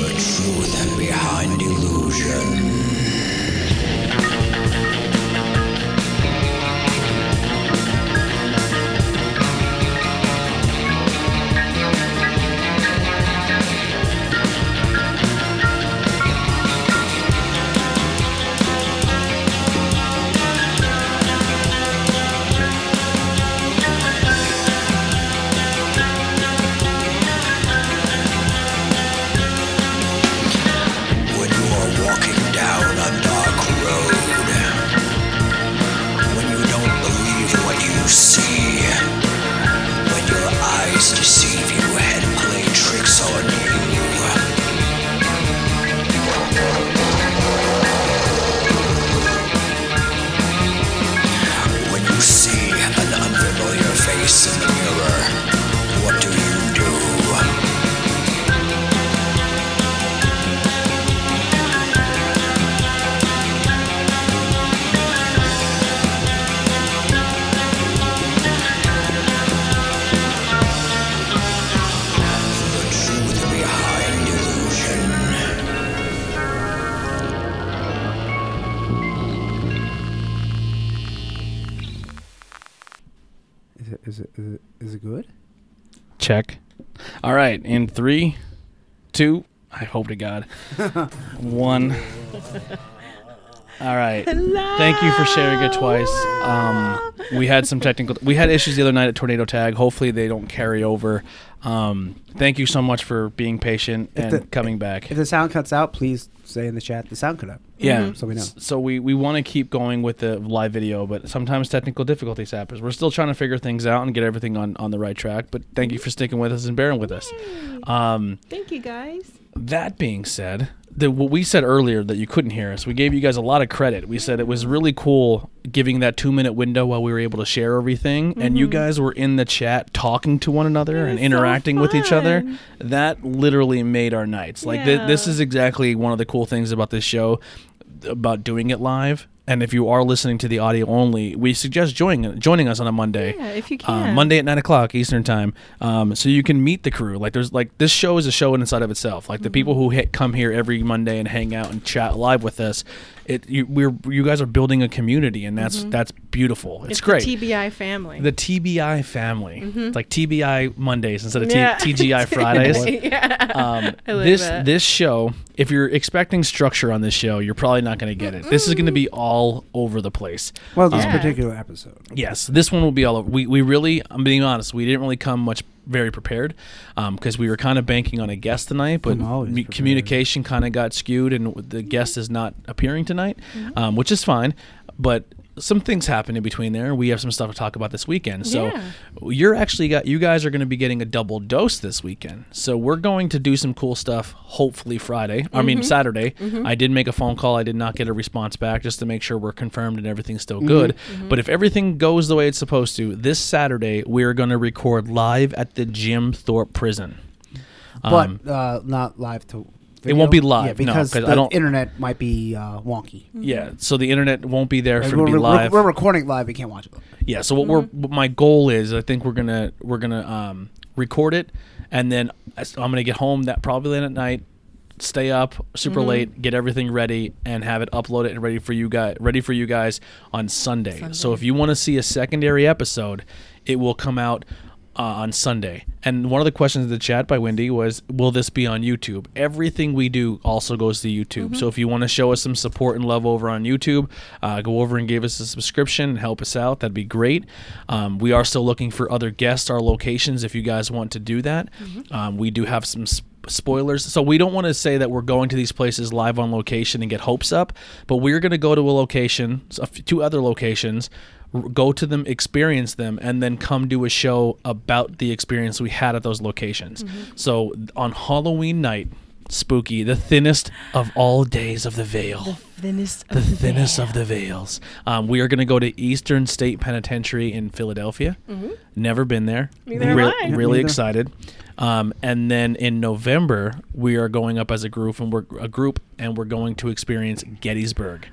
truth and behind illusion. When you are walking down a dark road, when you don't believe what you see, when your eyes deceive you and play tricks on you. When you see an unfamiliar face in the mirror, what do you do? The truth behind illusion. Is it, is it, is it, is it good? Check. All right, in three, two, I hope to God, one. All right. Thank you for sharing it twice. Um, we had some technical, we had issues the other night at Tornado Tag. Hopefully, they don't carry over. Um, thank you so much for being patient and the- coming back. If the sound cuts out, please say in the chat the sound cut out. Yeah. So we know. S- So we, we want to keep going with the live video, but sometimes technical difficulties happen. We're still trying to figure things out and get everything on, on the right track, but thank you for sticking with us and bearing with us. Um, Thank you guys. that being said, the, what we said earlier that you couldn't hear us, we gave you guys a lot of credit. We said it was really cool giving that two minute window while we were able to share everything, and you guys were in the chat talking to one another and Mm-hmm. was so interacting with each other. fun. That literally made our nights. Like th- this Yeah. is exactly one of the cool things about this show, about doing it live. And if you are listening to the audio only, we suggest joining joining us on a Monday. Yeah, if you Uh, can. Monday at nine o'clock Eastern time, um, so you can meet the crew. Like there's like this show is a show inside of itself. Like the Mm-hmm. people who hit, come here every Monday and hang out and chat live with us. It you, we're you guys are building a community, and that's that's beautiful. It's, Mm-hmm. It's great. The TBI family. The TBI family, It's like TBI Mondays instead of T- Mm-hmm. Yeah. TGI Fridays. yeah. Um, I like this that. this show, if you're expecting structure on this show, you're probably not going to get it. This is going to be all over the place. Well, this Yeah. particular episode. Yes, this one will be all over. We, we really, I'm being honest, we didn't really come much very prepared because we were kind of banking on a guest tonight, but I'm always me- prepared. communication kind of got skewed and the guest is not appearing tonight, Mm-hmm. um, which is fine. But some things happen in between there. We have some stuff to talk about this weekend. So Yeah. you're actually got you guys are going to be getting a double dose this weekend. So we're going to do some cool stuff. Hopefully Friday. I Mm-hmm. mean Saturday. I did make a phone call. I did not get a response back just to make sure we're confirmed and everything's still good. Mm-hmm. But if everything goes the way it's supposed to, this Saturday we are going to record live at the Jim Thorpe Prison. Um, but uh, not live to. Video. won't be live, no, because 'cause I the don't- internet might be uh, wonky. Yeah, so the internet won't be there for it we're, to be we're- live. we're recording live. We can't watch it. Yeah. So what we're what my goal is, I think we're gonna we're gonna um, record it, and then as- I'm gonna get home that probably late at night, stay up super late, get everything ready, and have it uploaded and ready for you guys ready for you guys on Sunday. So if you want to see a secondary episode, it will come out. Uh, on Sunday, and one of the questions in the chat by Wendy was, "Will this be on YouTube?" Everything we do also goes to YouTube. So if you want to show us some support and love over on YouTube, uh, go over and give us a subscription and help us out. That'd be great. Um, we are still looking for other guests, our locations, if you guys want to do that. Um, we do have some. Sp- spoilers so we don't want to say that we're going to these places live on location and get hopes up but we're going to go to a location a f- two other locations r- go to them experience them and then come do a show about the experience we had at those locations so on halloween night spooky the thinnest of all days of the veil thinnest the thinnest of the veils. Um, we are going to go to Eastern State Penitentiary in Philadelphia. Never been there. Mm-hmm. Neither have I. Really Neither. excited. Um, and then in November, we are going up as a group, and we're a group, and we're going to experience Gettysburg.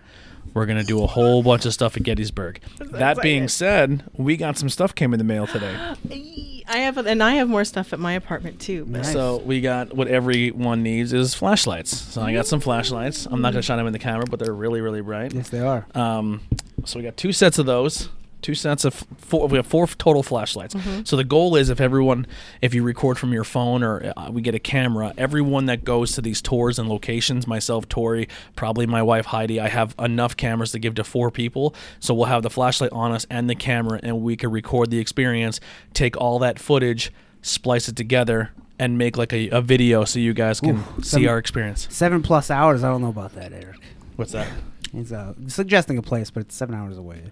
We're going to do a whole bunch of stuff at Gettysburg. That being said, we got some stuff came in the mail today. Eee, I have, and I have more stuff at my apartment too. But Nice. So we got what everyone needs is flashlights. So I got some flashlights. I'm not gonna shine them in the camera, but they're really really bright. Yes, they are. Um, so we got two sets of those. Two sets of four. We have four total flashlights. So the goal is, if everyone, if you record from your phone or uh, we get a camera, everyone that goes to these tours and locations, myself, Tori, probably my wife Heidi, I have enough cameras to give to four people. So we'll have the flashlight on us and the camera, and we can record the experience, take all that footage, splice it together, and make like a, a video so you guys can Ooh, see some- our experience. Seven plus hours. I don't know about that, Eric. What's that? He's uh, suggesting a place, but it's seven hours away.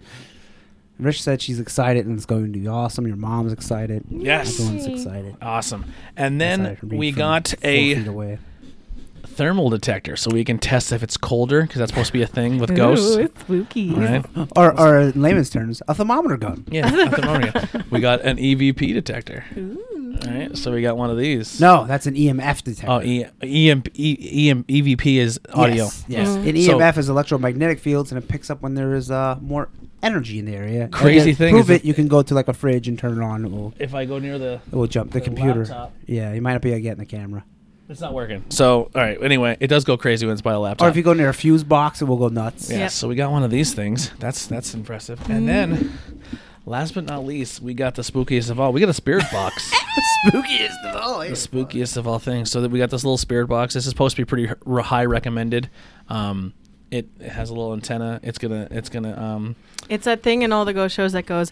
Rich said she's excited and it's going to be awesome. Your mom's excited. Yes. Everyone's excited. Awesome. And Aside then from being we from got four a feet away. thermal detector so we can test if it's colder because that's supposed to be a thing with ghosts. Ooh, it's spooky. Right? Or, or in layman's terms, a thermometer gun. Yeah, a thermometer. we got an EVP detector. Ooh. All right, so we got one of these. No, that's an EMF detector. Oh, e- EMP, e- EM, EVP is audio. Yes. yes. Mhm. An So- EMF is electromagnetic fields, and it picks up when there is uh, more energy in the area. And Crazy to thing Prove is it. if- You can go to like a fridge and turn it on. It will, If I go near the, it will jump the, The computer. laptop. Yeah, you might not be able to get in the camera. it's not working. So, all right. Anyway, it does go crazy when it's by a laptop. Or if you go near a fuse box, it will go nuts. yeah. Yep. So we got one of these things. That's that's impressive. Mm. And then, last but not least, we got the spookiest of all. We got a spirit box. Spookiest of all. the spookiest of all things. So that we got this little spirit box. This is supposed to be pretty r- high recommended. Um, it, it has a little antenna. It's gonna it's gonna um, It's that thing in all the ghost shows that goes.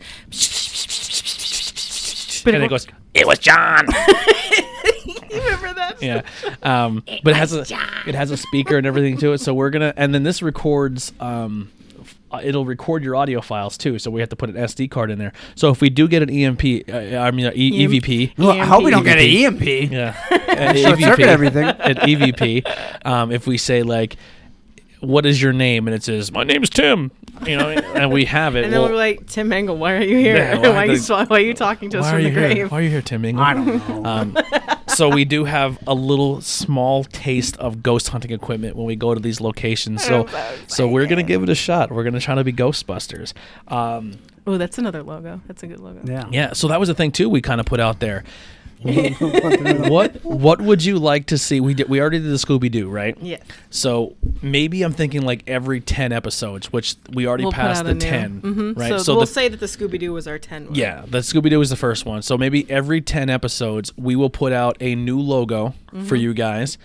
But and it will- goes. It was John. You remember that? yeah, um, but it has a it has a speaker and everything to it. So we're gonna and then this records. Um, f- uh, It'll record your audio files too, so we have to put an SD card in there. So if we do get an EMP, uh, I mean uh, e- EMP. EVP, Well, I hope we don't get an E EMP. EMP. Yeah. Uh, E At Short EVP. circuit everything. At EVP. E Um, if we say like, what is your name? And it says, my name's Tim. You know, and we have it. And then well, we're like, Tim Engel, why are you here? Yeah, why why, are you, the- sw- why are you talking to us why are from you the here? grave? Why are you here, Tim Engel? I don't know. Um, so we do have a little small taste of ghost hunting equipment when we go to these locations. So, I'm so so we're gonna give it a shot. We're gonna try to be Ghostbusters. Um, Oh, that's another logo. That's a good logo. yeah. yeah. So that was the thing too. We kind of put out there. what What would you like to see? We did. We already did the Scooby Doo, right? Yes. So maybe I'm thinking like every ten episodes, which we already We'll put passed out the a new- ten, Mhm. right? So, we'll the, say that the Scooby Doo was our 10 one. yeah, the Scooby Doo is the first one. So maybe every ten episodes, we will put out a new logo Mm-hmm. for you guys,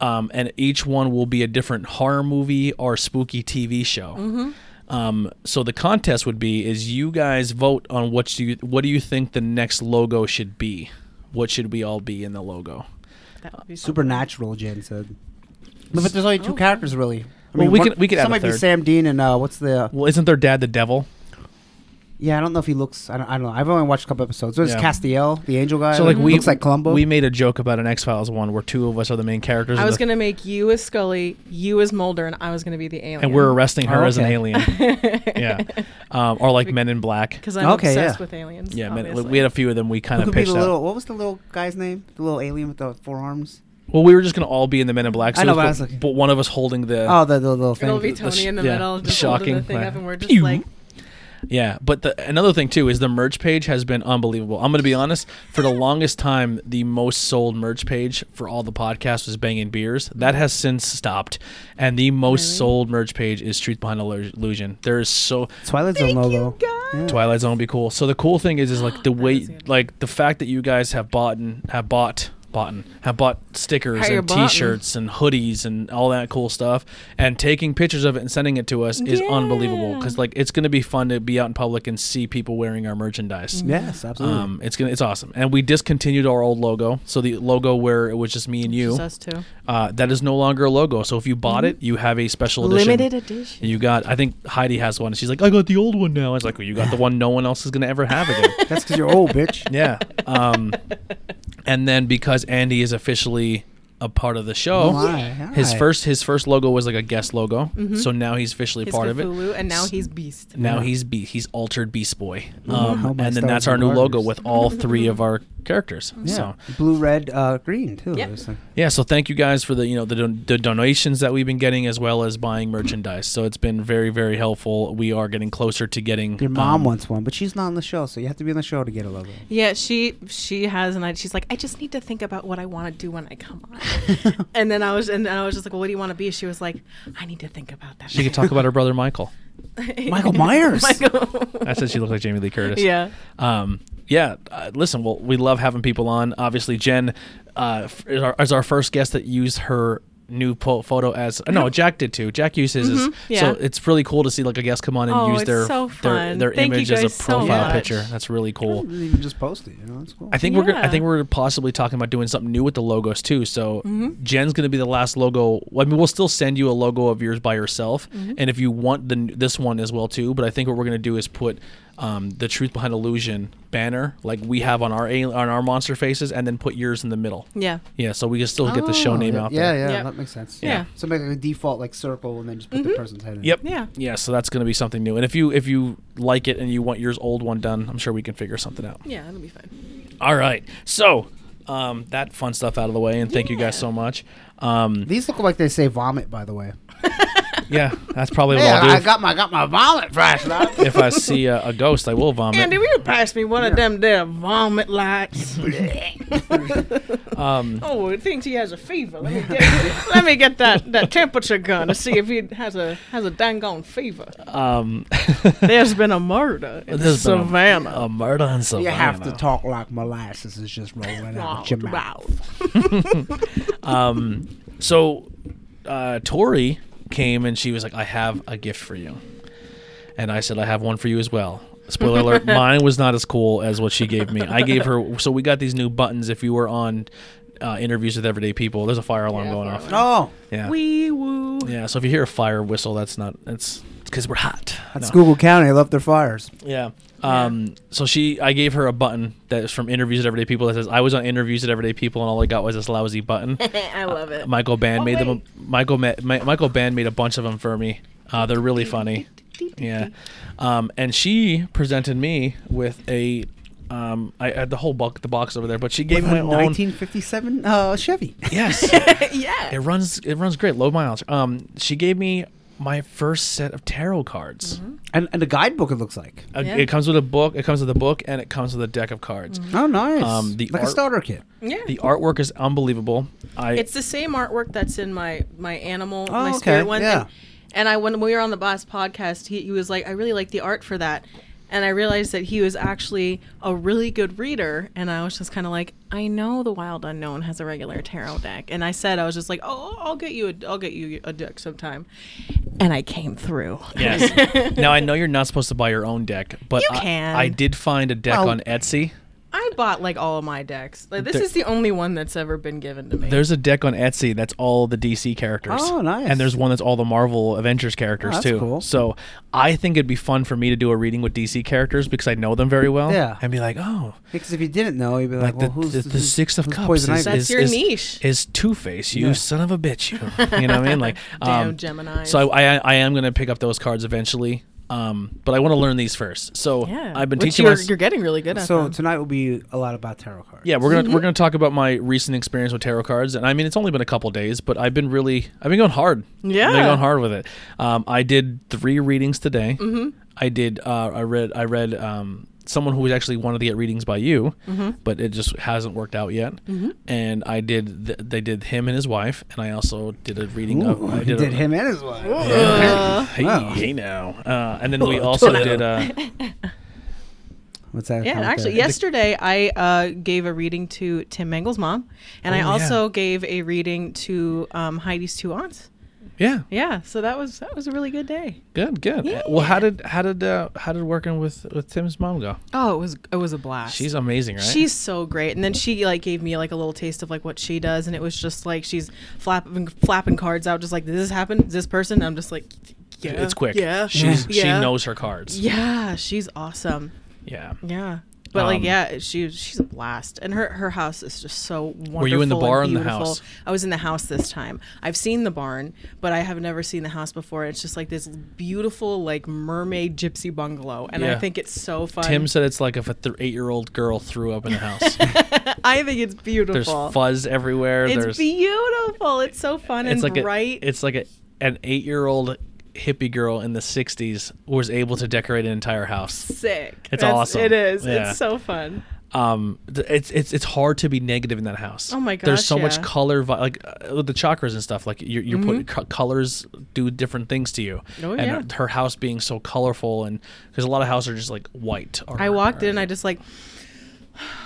um, and each one will be a different horror movie or spooky TV show. Mm-hmm. Um, so the contest would be is you guys vote on what you what do you think the next logo should be? What should we all be in the logo? That would be Supernatural, Jen said. No, but there's only two characters really. I Well, we one- could- we could add some a might be third. Sam Dean and uh, what's the Well, isn't their dad the devil? yeah I don't know if he looks I don't, I don't know I've only watched a couple episodes. There's Yeah. Castiel, the angel guy. So like we Mm-hmm. looks like Columbo. We made a joke about an X Files one where two of us are the main characters. I and was the- going to make you as Scully, you as Mulder, and I was going to be the alien. and we're arresting her Oh, as an okay. alien. yeah, um, or like Men in Black. Because I'm Okay, obsessed yeah. with aliens. Yeah, men, obviously. we had a few of them. We kind Who of could be pitched the out. little what was the little guy's name? The little alien with the forearms. well, we were just gonna all be in the Men in Black. I know, suits, but I was but, looking- but one of us holding the. Oh, the, the little It'll be thing. Tony sh- in the yeah, middle, the just holding shocking the thing plan. up, and we're just Pew. like, Yeah, but the, another thing too is the merch page has been unbelievable. I'm gonna be honest. For the longest time, the most sold merch page for all the podcasts was Banging Beers. That has since stopped, and the most Really? sold merch page is Truth Behind Illu- Illusion. There is so Twilight Zone thank logo. you, God. Twilight Zone would be cool. So the cool thing is, is like the way, is good. like the fact that you guys have bought and have bought, bought and have bought stickers Higher and button. T-shirts and hoodies and all that cool stuff, and taking pictures of it and sending it to us is unbelievable. Because like it's gonna be fun to be out in public and see people wearing our Mm. merchandise. Yes, absolutely. Um, it's gonna, it's awesome. And we discontinued our old logo. So the logo where it was just me and you, Just us two. uh, that is no longer a logo. So if you bought it, you have a special edition. Mm-hmm. Limited edition. You got. I think Heidi has one. and She's like, I got the old one now. I was like, well, you got the one no one else is gonna ever have again. That's because you're old, bitch. yeah. Um, and then because Andy is officially a part of the show, Oh, hi, his hi. first his first logo was like a guest logo. So now he's officially He's part of it. Mm-hmm. Cthulhu, and now he's Beast. Now he's be he's altered Beast Boy. Mm-hmm. how Um, my and then stars that's our new and logo garters. with all three of our characters. Yeah. So Blue, red, uh, green too. Yep. It's like- yeah, so thank you guys for the you know the, don- the donations that we've been getting as well as buying merchandise. So it's been very very helpful. We are getting closer to getting Your mom um, wants one, but she's not on the show, so you have to be on the show to get a logo. Yeah, she she has an idea. She's like, I just need to think about what I want to do when I come on. and then I was and I was just like, well, what do you want to be? She was like, I need to think about that. She could talk about her brother Michael. Michael Myers. Michael. I said she looked like Jamie Lee Curtis. Yeah. Um, yeah. Uh, listen, well, we love having people on. Obviously, Jen uh, f- is, our, is our first guest that used her new po- photo as uh, no jack did too jack used his Mhm, as, Mm-hmm. yeah. so it's really cool to see like a guest come on and Oh, use it's their their, so fun. their Thank you image as a guys so profile much. picture that's really cool You can just post it. You know, it's cool. I think we're gonna, I Yeah. think we're possibly talking about doing something new with the logos too. So Mm-hmm. Jen's gonna be the last logo. I mean, we'll still send you a logo of yours by yourself, Mm-hmm. and if you want the n- this one as well too. But I think what we're gonna do is put um, the truth behind illusion banner like we have on our al- on our monster faces, and then put yours in the middle. yeah. Yeah, so we can still get the show Oh, name yeah, out Yeah, there. yeah, Mm-hmm. Yeah. that makes sense. Yeah. So make like a default like circle and then just put the person's head in. Yep. Yeah. Yeah. So that's gonna be something new. And if you if you like it and you want yours old one done, I'm sure we can figure something out. Yeah, it'll be fun. All right. So um, that fun stuff out of the way, and thank you guys so much. Um, These look like they say vomit, by the way. Yeah, that's probably what Yeah, I'll do. I got my got my vomit flash. now. if I see a, a ghost, I will vomit. Andy, will you pass me one of them there vomit lights? um, oh, it thinks he has a fever. Let me get, let me get that, that temperature gun to see if he has a has a dangone fever. um, There's been a murder in there's been a- Savannah. a, murder in you Savannah. have to talk like molasses is just rolling out your mouth. Wow. Um, so, uh, Tori came and she was like, "I have a gift for you," and I said, "I have one for you as well." Spoiler alert: Mine was not as cool as what she gave me. I gave her. So we got these new buttons. If you were on uh, interviews with everyday people, there's a fire alarm Yeah, going fire off. alarm. Oh, Yeah, Wee woo. yeah. So if you hear a fire whistle, that's not. It's because we're hot. that's No. Google County. I love their fires. Yeah. Um, So she, I gave her a button that is from interviews at everyday people that says I was on interviews at everyday people and all I got was this lousy button. Uh, I love it. Michael Band Oh, made them. A, wait. Michael Ma- Ma- Michael Band made a bunch of them for me. Uh, they're really funny. Yeah. Um, and she presented me with a. Um, I had the whole box, the box over there, but she gave me my A own. 1957 uh, Chevy. Yes. yeah. It runs. It runs great. Low mileage. Um, she gave me my first set of tarot cards. And, and a guidebook, it looks like. A- Mm-hmm. Yeah. Mm-hmm. It comes with a book. It comes with a book, and it comes with a deck of cards. Oh, nice. Um, the like art- a starter kit. Yeah. The artwork is unbelievable. I It's the same artwork that's in my my animal, Oh, my okay, spirit one. yeah. And, and I when we were on the boss podcast, he, he was like, I really like the art for that. And I realized that he was actually a really good reader, and I was just kind of like, I know the Wild Unknown has a regular tarot deck, and I said I was just like, oh, I'll get you, a, I'll get you a deck sometime, and I came through. yes. now I know you're not supposed to buy your own deck, but You I, can. I did find a deck Well- on Etsy. I bought like all of my decks. Like this There- is the only one that's ever been given to me. There's a deck on Etsy that's all the DC characters. Oh, nice. And there's one that's all the Marvel Avengers characters Oh, that's too. cool. So I think it'd be fun for me to do a reading with DC characters because I know them very well. Yeah. And be like, oh, Because if you didn't know, you'd be like, like well, the, who's the, the who's- six of who's cups is, Poison is, Ivy? That's your is- niche. is Two Face. You son of a bitch. You. You know what I mean? Like Damn um, Geminis. So I, I I am gonna pick up those cards eventually. Um, but I want to learn these first. So yeah, I've been Which teaching. You're, mys- you're getting really good at. So them. tonight will be a lot about tarot cards. yeah, we're gonna Mm-hmm. we're gonna talk about my recent experience with tarot cards, and I mean it's only been a couple days, but I've been really I've been going hard. Yeah. I've been going hard with it. Um, I did three readings today. Mm-hmm. I did. Uh, I read. I read. Um, someone who actually wanted to get readings by you, Mm-hmm. but it just hasn't worked out yet. And I did. Th- they did him and his wife, and I also did a reading Ooh, of. I Oh, did, a- him and his wife. Yeah. Hey, Wow. hey now. Uh, and then we also did. Uh, What's that? Yeah, How and about actually, that? yesterday I uh, gave a reading to Tim Mengel's mom, and I Oh, also yeah. gave a reading to um, Heidi's two aunts. yeah, Yeah, so that was that was a really good day. good, good. Well, how did how did uh, how did working with with Tim's mom go? Oh, it was it was a blast. She's amazing, right? She's so great, and then she like gave me like a little taste of like what she does, and it was just like she's flapping flapping cards out, just like this happened, this person. and I'm just like, yeah, it's quick. Yeah, She's she yeah. knows her cards. Yeah, she's awesome. Yeah. Yeah, But like, Um, yeah, she she's a blast, and her her house is just so wonderful. you in the and bar or in the beautiful. house? I was in the house this time. I've seen the barn, but I have never seen the house before. It's just like this beautiful like mermaid gypsy bungalow, and I Yeah. think it's so fun. Tim said it's like if a th- eight-year-old girl threw up in the house. I think it's there's beautiful. fuzz everywhere. It's there's beautiful. It's so fun it's and like bright. a, it's like a, an eight-year-old hippie girl in the '60s was able to decorate an entire house. sick. it's awesome. It is. Yeah. It's so fun. Um, th- it's it's it's hard to be negative in that house. Oh my There's so gosh, much yeah. Mm-hmm. color, vi- like uh, with the chakras and stuff. Like you're, you're putting co- colors do different things to you. Oh, and yeah. her, her house being so colorful, and because a lot of houses are just like white. Or, I walked or- in. I just like,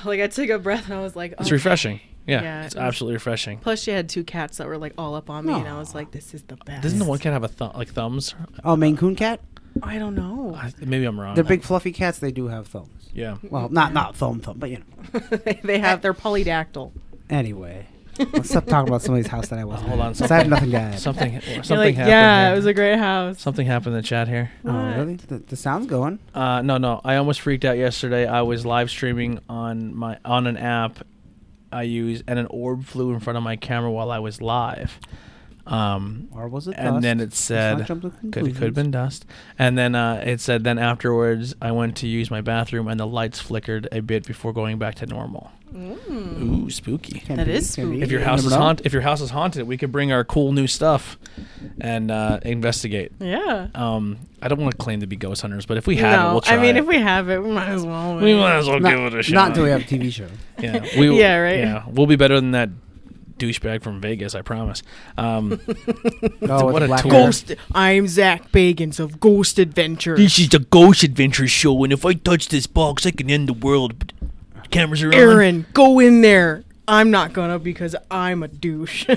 like I took a breath and I was like, It's okay. refreshing. Yeah, Yeah, it's it was- absolutely refreshing. Plus, she had two cats that were like all up on me, and I was like, "This is the best." Doesn't the one cat have a th- like thumbs? Oh, Maine Coon cat? I don't know. I, maybe I'm wrong. They're big fluffy cats. They do have thumbs. Oh, Yeah. Well, not not thumb thumb, but you know. they have their polydactyl. Anyway, let's stop talking about somebody's house that I wasn't. Hold at, on, 'cause I have something- nothing to add. Something. Something You're like, happened. yeah, here. it was a great house. Something happened in the chat here. Oh, really? The, the sound's going. Uh, no, no. I almost freaked out yesterday. I was live streaming on my on an app I use, and an orb flew in front of my camera while I was live. Um, Or was it And then dust? Let's it not said, jump to could, could have conclusions. been dust. And then uh, it said, then afterwards, I went to use my bathroom, and the lights flickered a bit before going back to normal. Mm. Ooh, spooky. Can That be, is can be. spooky. If your You house never is know. haunted, if your house is haunted, we could bring our cool new stuff and uh, investigate. yeah. Um, I don't want to claim to be ghost hunters, but if we have it, we'll try. I mean, it. if we have it, we might as well. We might as well not, give it a shot. Not until we have a TV show. Oh, yeah, we, Yeah, right. Yeah, we'll be better than that douchebag from Vegas. I promise. Um, Oh, what what a a black tool. mirror. Ghost. I'm Zach Bagans of Ghost Adventures. This is the Ghost Adventure Show, and if I touch this box, I can end the world. But cameras are Aaron, go in there. I'm not gonna because I'm a douche. on,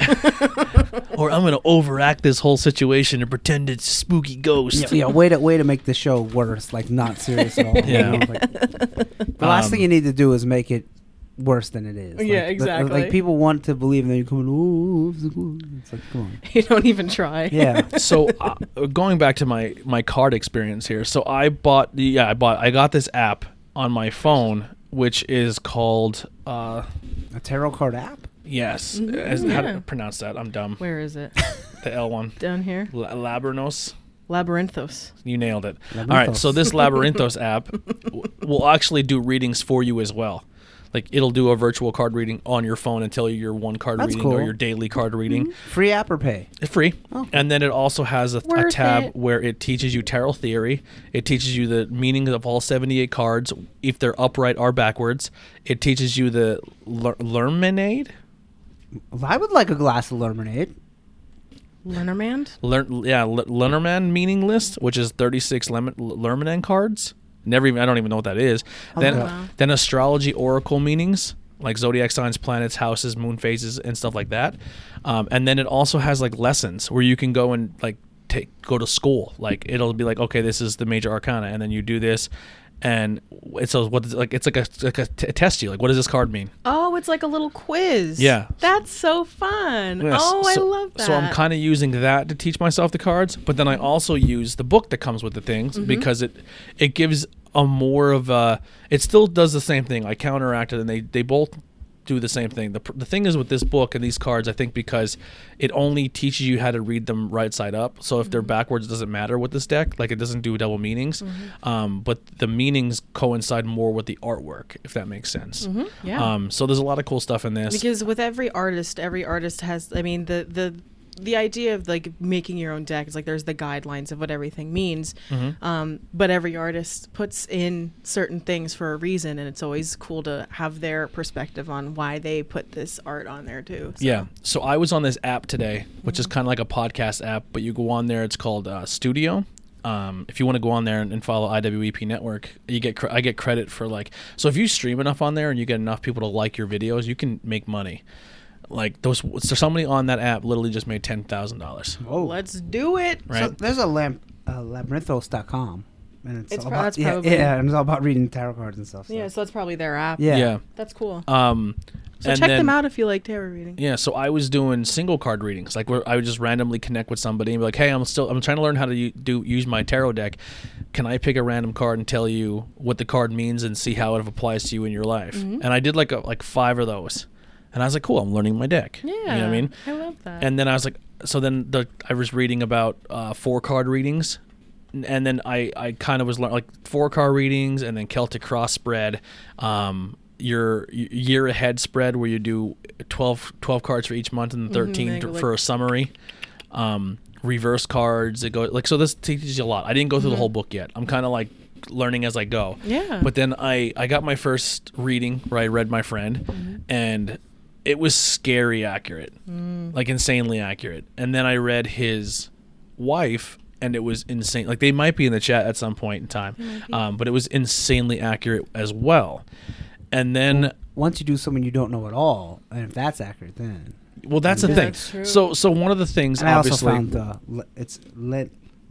or I'm gonna overact this whole situation and pretend it's a spooky ghost. Yeah, yeah, way to way to make the show worse, like not serious at all. you Yeah. Um, know, like- the last thing you need to do is make it worse than it is. Like, Yeah, the- exactly. like people want to believe, and then you come in, ooh, it's cool." It's like, come on. you don't even try. Yeah, so uh, going back to my my card experience here. So I bought the yeah I bought I got this app on my phone which is called uh a tarot card app. yes as, how do you pronounce that I'm dumb Where is it? the L one Down here. La- Labranos Labyrinthos. You nailed it. All right, so Labyrinthos. this Labyrinthos app w- will actually do readings for you as well. Like it'll do a virtual card reading on your phone and tell you your one card That's reading or cool. your daily card reading. Free app or pay? It's free. Oh. And then it also has a, a Worth tab it. where it teaches you tarot theory. It teaches you the meaning of all 78 cards if they're upright or backwards. It teaches you the ler- lermanade. Well, I would like a glass of lemonade. Lenormand. Learn, yeah, L- Lenormand meaning list, which is 36 Lem- Lenormand cards. Never even, I don't even know what that is. Then, look it up. then astrology oracle meanings, like zodiac signs, planets, houses, moon phases, and stuff like that. Um, and then it also has like lessons where you can go and like take, go to school. Like it'll be like, okay, this is the major arcana, and then you do this. And it says what is like it's like a, like a t- test you like what does this card mean? Oh, it's like a little quiz. Yeah. That's so fun. Yes. Oh, I So- love that. Mm-hmm. So I'm kind of using that to teach myself the cards, but then I also use the book that comes with the things because it it gives a more of a. It still does the same thing. I counteract it, and they they both do the same thing. The pr- the thing is with this book and these cards, I think because it only teaches you how to read them right side up. So if Mm-hmm. they're backwards, it doesn't matter with this deck. Like it doesn't do double meanings, Mm-hmm. um, but the meanings coincide more with the artwork, if that makes sense. Mm-hmm. yeah. Um, so there's a lot of cool stuff in this. because with every artist, every artist has. I mean, the the the idea of like making your own deck is like there's the guidelines of what everything means. Mm-hmm. Um, but every artist puts in certain things for a reason, and it's always cool to have their perspective on why they put this art on there too. So- Yeah. So I was on this app today, which is kind of like a podcast app, but you go on there. It's called uh, Studio. Um, if you want to go on there and, and follow IWEP Network, you get cre- I get credit for like so if you stream enough on there and you get enough people to like your videos, you can make money. Like those, so somebody on that app literally just made ten thousand dollars. Oh, Let's do it. Right. so there's a lamp, uh, labyrinthos.com, and it's, It's all prob- about that's yeah, probably- yeah, and it's all about reading tarot cards and stuff. So. Yeah. So that's probably their app. yeah, yeah. That's cool. Um, So And check then- them out if you like tarot reading. Yeah, so I was doing single card readings, like where I would just randomly connect with somebody and be like, "Hey, I'm still I'm trying to learn how to u- do use my tarot deck. Can I pick a random card and tell you what the card means and see how it applies to you in your life?" Mm-hmm. And I did like a, like five of those, and I was like, "Cool, I'm learning my deck." you know what I mean? I love that. And then I was like, so then the I was reading about uh, four card readings, n- and then I I kind of was lear- like four card readings, and then Celtic cross spread, um, your y- year ahead spread where you do 12, 12 cards for each month Mm-hmm, and 13 they to- go like- for a summary, um, reverse cards. It goes like so. This teaches you a lot. I didn't go through the whole book yet. I'm kind of like learning as I go. Mm-hmm. Yeah. But then I I got my first reading where I read my friend, Mm-hmm. and it was scary accurate, like insanely accurate. And then I read his wife, and it was insane. Like they might be in the chat at some point in time, um, but it was insanely accurate as well. And then Once you do someone you don't know at all, and if that's accurate, then well, that's the Yeah, thing. that's true. So so one of the things and I also obviously found uh, Le- it's Len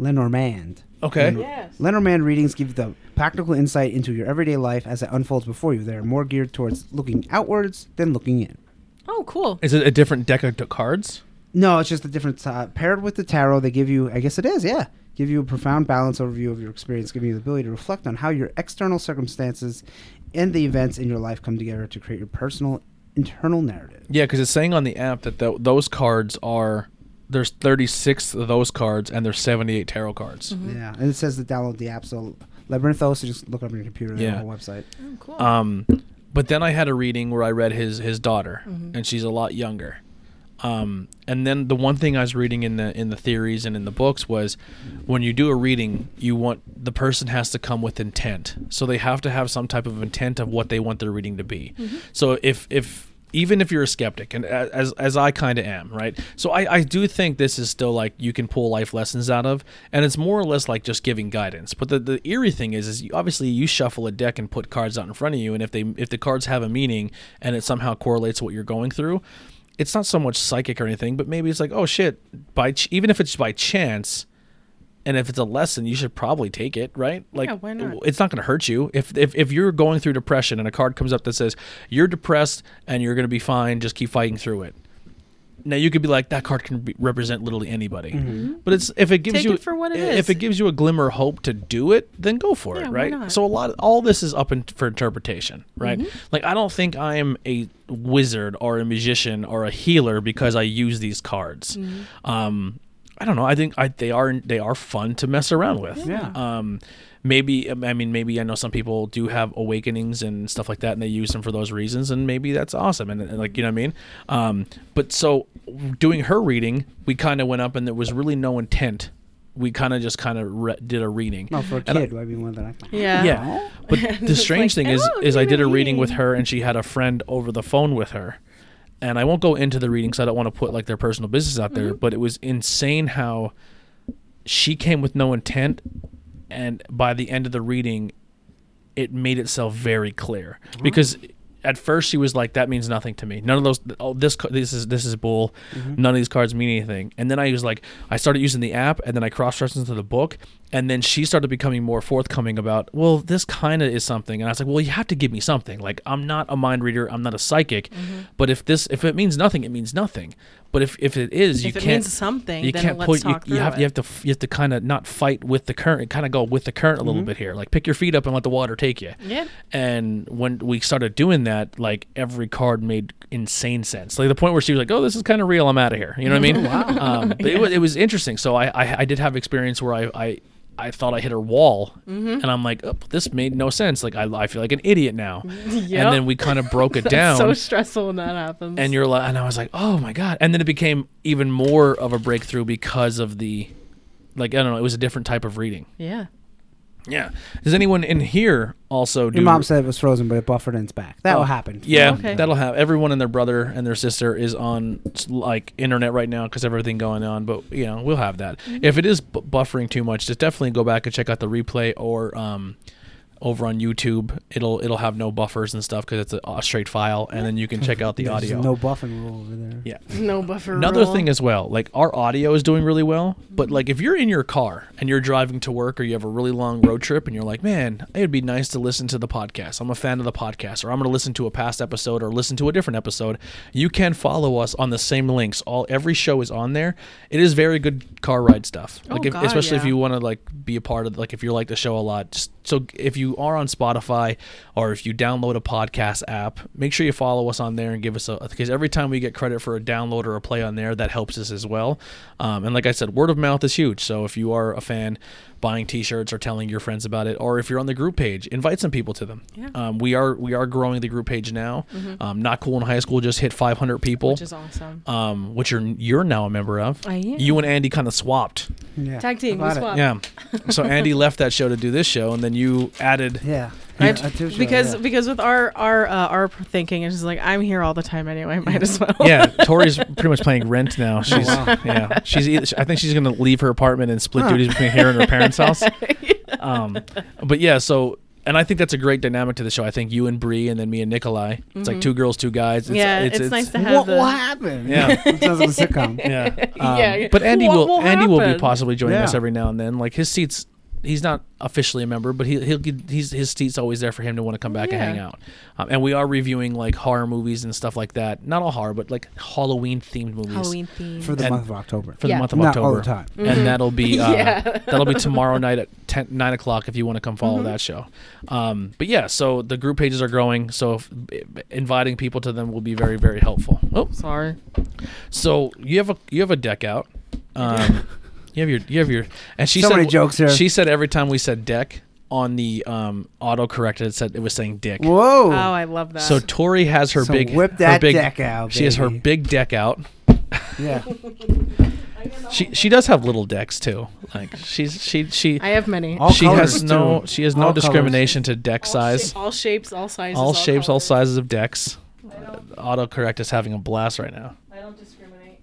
Lenormand. okay. yes. Lenormand readings give the practical insight into your everyday life as it unfolds before you. They are more geared towards looking outwards than looking in. oh, cool. Is it a different deck of cards? No, it's just a different uh, paired with the tarot. They give you, I guess it is, yeah, give you a profound balance overview of your experience, giving you the ability to reflect on how your external circumstances and the events in your life come together to create your personal internal narrative. Yeah, because it's saying on the app that tho- those cards are there's 36 of those cards and there's 78 tarot cards. Mm-hmm. Yeah, and it says to download the app. So Labyrinthos, so just look up on your computer. Yeah, Yeah. whole website. Oh, cool. Um, but then I had a reading where I read his his daughter, and she's a lot younger. Um, and then the one thing I was reading in the in the theories and in the books was when you do a reading, you want the person has to come with intent. So they have to have some type of intent of what they want their reading to be. So if if even if you're a skeptic and a- as as I kind of am, right? So I I do think this is still like you can pull life lessons out of and it's more or less like just giving guidance. But the, the eerie thing is is you, obviously you shuffle a deck and put cards out in front of you and if they if the cards have a meaning and it somehow correlates to what you're going through, it's not so much psychic or anything, but maybe it's like, oh shit, by ch- even if it's by chance, and if it's a lesson, you should probably take it, right? Like, why not? w- it's not going to hurt you. If, if if you're going through depression and a card comes up that says you're depressed and you're going to be fine, just keep fighting through it. Now you could be like that card can be, represent literally anybody, but it's if it gives Take you it for what it if is. it gives you a glimmer of hope to do it, then go for Yeah, it, why right? not? So a lot all this is up in, for interpretation right Mm-hmm. like i don't think i'm a wizard or a magician or a healer because i use these cards Mm-hmm. um i don't know i think I, they are they are fun to mess around with Yeah. um maybe i mean maybe i know some people do have awakenings and stuff like that and they use them for those reasons and maybe that's awesome and, and like you know what i mean um but so doing her reading we kind of went up and there was really no intent we kind of just kind of re- did a reading No, for a And I- kid, would be one that I can. yeah. yeah. But the It's strange like, thing is "Oh, is I you're did a reading." reading with her and she had a friend over the phone with her. And I won't go into the reading cuz I don't want to put like their personal business out Mm-hmm. there, but it was insane how she came with no intent and by the end of the reading it made itself very clear because at first she was like that means nothing to me none of those oh this ca- this is this is bull Mm-hmm. none of these cards mean anything and then i was like i started using the app and then i cross-referenced to the book and then she started becoming more forthcoming about well this kind of is something and i was like well you have to give me something like i'm not a mind reader i'm not a psychic Mm-hmm. but if this if it means nothing it means nothing but if, if it is you If it can't means something, you then can't let's put talk you, you have through you have to f- you have to kind of not fight with the current kind of go with the current a little bit here like pick your feet up and let the water take you Mm-hmm. Yeah. and when we started doing that, like every card made insane sense. Like the point where she was like, "Oh, this is kind of real. I'm out of here." You know what I mean? wow. Um, but it, was, it was interesting. So I, I I did have experience where I I, I thought I hit a wall, Mm-hmm. and I'm like, oh, "This made no sense. Like I, I feel like an idiot now." And then we kind of broke it down. So stressful when that happens. and you're like, and I was like, "Oh my god!" And then it became even more of a breakthrough because of the, like I don't know, it was a different type of reading. yeah. Yeah. Does anyone in here also do? Your mom said it was frozen, but it buffered and it's back. That Mm. Oh, will happen. Yeah, Okay. that'll have everyone and their brother and their sister is on like internet right now because everything going on. But you know, we'll Mm-hmm. have that. If it is b- buffering too much, just definitely go back and check out the replay or um, over on YouTube. It'll it'll have no buffers and stuff because it's a, a straight file, and then you can check out the There's audio. No buffing rule over there. yeah. No buffer. Another rule. thing as well, like our audio is doing really well, but like if you're in your car and you're driving to work or you have a really long road trip and you're like, man, it'd be nice to listen to the podcast. I'm a fan of the podcast, or I'm going to listen to a past episode or listen to a different episode. You can follow us on the same links. All every show is on there. It is very good car ride stuff. Oh, Like if, God, especially if yeah. you want to like be a part of like if you like the show a lot. Just, so if you are on Spotify or if you download a podcast app, make sure you follow us on there and give us a because every time we get credit for a download or a play on there, that helps us as well. Um, and like I said, word of mouth is huge. So if you are a fan, buying T-shirts or telling your friends about it, or if you're on the group page, invite some people to them. Yeah. Mm-hmm. Um, we are we are growing the group page now. Um, Not cool in high school just hit 500 people. which is awesome. um, which you're you're now a member of. I am. You and Andy kind of swapped. Yeah. Tag team, About we it. swap. Yeah. So Andy left that show to do this show, and then you added. Yeah. I- Yeah, I do show, because yeah. because with our our uh, our thinking, it's just like I'm here all the time anyway. I might as well. Yeah, Tori's pretty much playing rent Oh, now. She's Oh, wow. yeah, she's. Either, I think she's gonna leave her apartment and split duties between here and her parents' house. Um, but yeah, so and I think that's a great dynamic to the show. I think you and Bree, and then me and Nikolai. It's like two girls, two guys. It's, Mm-hmm. Yeah, it's nice to have what, the- what happened? Yeah. it sounds like a sitcom. yeah. Um, Yeah, But Andy what will, will Andy will be happen? possibly joining Yeah. us every now and then. Like his seats, he's not officially a member, but he he'll get, he's his seats always there for him to want to come back and Yeah. hang out. Um, and we are reviewing like horror movies and stuff like that. Not all horror, but like Halloween themed movies Halloween theme. For the And- month of October. for the Yeah. Mm-hmm. month of Not October. all the time. And that'll be uh, Yeah. that'll be tomorrow night at 10, 9 o'clock if you want to come follow Mm-hmm. that show. Um, but yeah, so the group pages are growing, so if, inviting people to them will be very very helpful. Oh, Sorry. so you have a you have a deck out. Um, you have your you have your and she So said many jokes here. She said every time we said deck on the um auto corrected it said it was saying dick. Whoa. Oh, I love that. So Tori has her So big whip her that big- deck out, She has her baby. big deck out. Yeah. She she does have little decks too. Like she's she she I have many. All she colors, has no too. she has All no colors. discrimination to deck size. all shapes, all sizes, all shapes, all sizes of decks. Autocorrect is having a blast right now. I don't discriminate.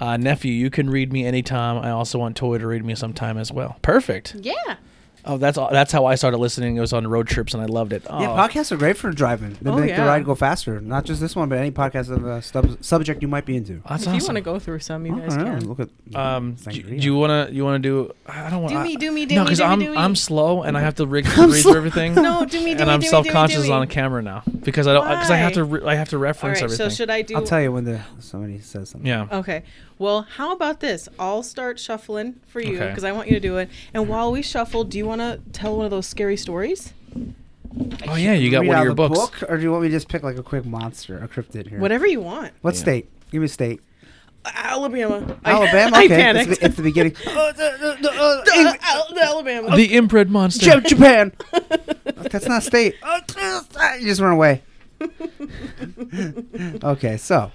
Uh, nephew, you can read me anytime. I also want Toy to read me sometime as well. Perfect. Yeah. Oh, that's all, that's how I started listening. It was on road trips, and I loved it. Oh, Yeah, podcasts are great for driving. They Oh, make the yeah. ride go faster. Not just this one, but any podcast of a sub- subject you might be into. that's if you awesome. want to go through some, you guys I don't know, can. Look at Um, Sangria. do, do you want to? You want to do? I don't want. Do me, do me, do no, me, because do me, I'm do me. I'm slow and I have to rig, read I'm through slow. everything. No, do me, do and me, I'm do me, self conscious do me, do me. on camera now because I don't because I have to re- I have to All reference right. everything. So should I do? I'll tell you when the somebody says something. yeah. Okay. Well, how about this? I'll start shuffling for you Okay. because I want you to do it. And while we shuffle, do you want to tell one of those scary stories? Oh yeah, you got Read one out of your the books. book, or do you want me to just pick like a quick monster, a cryptid here? Whatever you want. Uh, What Yeah. state? Give me a state. Alabama. I- Alabama. I, Okay, panicked. It's, the- it's the beginning. Uh, Al- Alabama. The inbred monster. Ja- Japan. That's not a state. Oh, You just run away. okay, so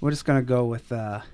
we're just gonna go with. Uh,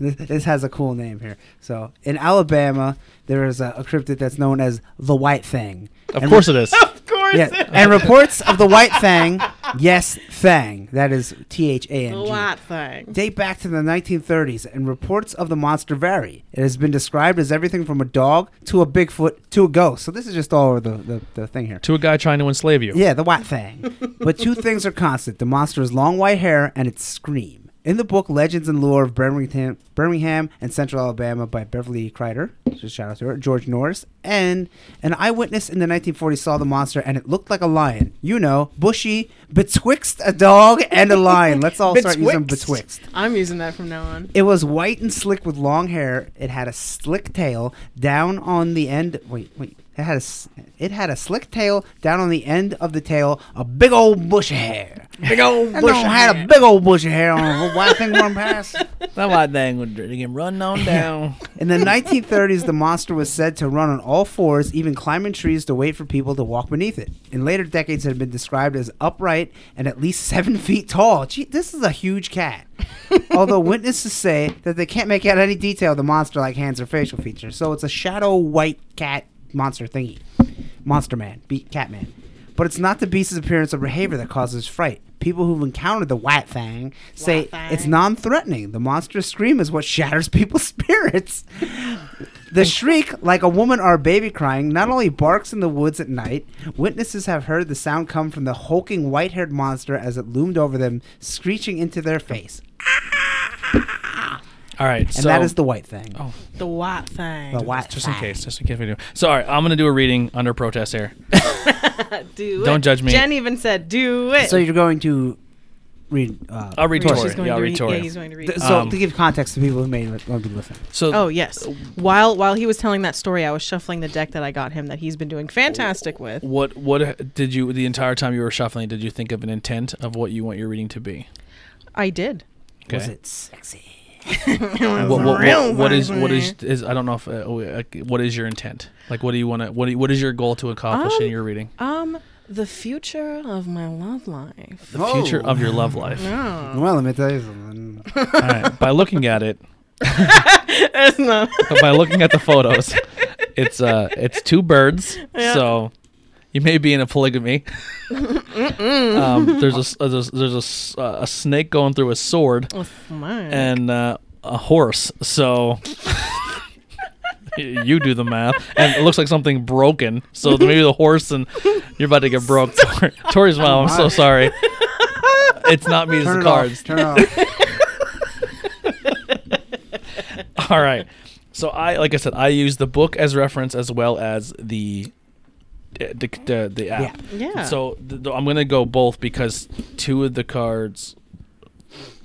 this, this has a cool name here. So in Alabama, there is a, a cryptid that's known as the White Thing. Of course it is. of course. Yeah, and reports of the White Fang, yes, Fang, that is T H A N The G, white thing. date back to the 1930s, and reports of the monster vary. It has been described as everything from a dog to a Bigfoot to a ghost. So this is just all over the, the, the thing here. to a guy trying to enslave you. Yeah, the white thing. but two things are constant the monster's long white hair and its scream. In the book Legends and Lore of Birmingham, Birmingham and Central Alabama by Beverly Kreider, just shout out to her, George Norris, and an eyewitness in the 1940s saw the monster and it looked like a lion. You know, bushy, betwixt a dog and a lion. Let's all start using betwixt. I'm using that from now on. It was white and slick with long hair. It had a slick tail down on the end. Wait, wait. It had a s- it had a slick tail down on the end of the tail. A big old bush of hair. Big old bush. had a big old bush of hair on a white thing run past. That white thing would him run on down. In the 1930s, the monster was said to run on all fours, even climbing trees to wait for people to walk beneath it. In later decades, it had been described as upright and at least seven feet tall. Gee, this is a huge cat. Although witnesses say that they can't make out any detail of the monster, like hands or facial features. So it's a shadow white cat monster thingy. Monster man, beat cat man. But it's not the beast's appearance or behavior that causes fright. People who've encountered the white fang say Fang. it's non-threatening. The monstrous scream is what shatters people's spirits. The shriek, like a woman or a baby crying, not only barks in the woods at night, witnesses have heard the sound come from the hulking white haired monster as it loomed over them, screeching into their face. All right, And that is the white thing. Oh, The white thing. the white just in thing. case, just in case we do. So, all right, I'm gonna do a reading under protest here. do Don't it. judge me. Jen even said, "Do it." So you're going to read. Uh, I'll read She's Tori. going Yeah, to I'll read read. Yeah, Tori. he's going to read. th- so um, to give context to people who may not be listening. So, Oh uh, yes. While while he was telling that story, I was shuffling the deck that I got him that he's been doing fantastic with. what what did you the entire time you were shuffling? Did you think of an intent of what you want your reading to be? I did. Was it sexy? What, what, what, what is what is is I don't know if uh, oh, uh, what is your intent? Like, what do you want to? What do you- what is your goal to accomplish in Um, your reading? Um, the future of my love life. The oh. future of your love life. Well, let me tell you something. All right. By looking at it, That's not. by looking at the photos, it's uh it's two birds. Yeah. So you may be in a polygamy. um, there's a s- uh, there's, there's a, s- uh, a snake going through a sword That's mine. and uh, a horse. So you do the math, and it looks like something broken. So maybe the horse and you're about to get broke. Tori- Tori's mom. I'm so sorry. It's not me. It's Turn the it cards. off. Turn it off. All right. So I, like I said, I use the book as reference as well as the the the, the app. Yeah. So th- th- I'm gonna go both because two of the cards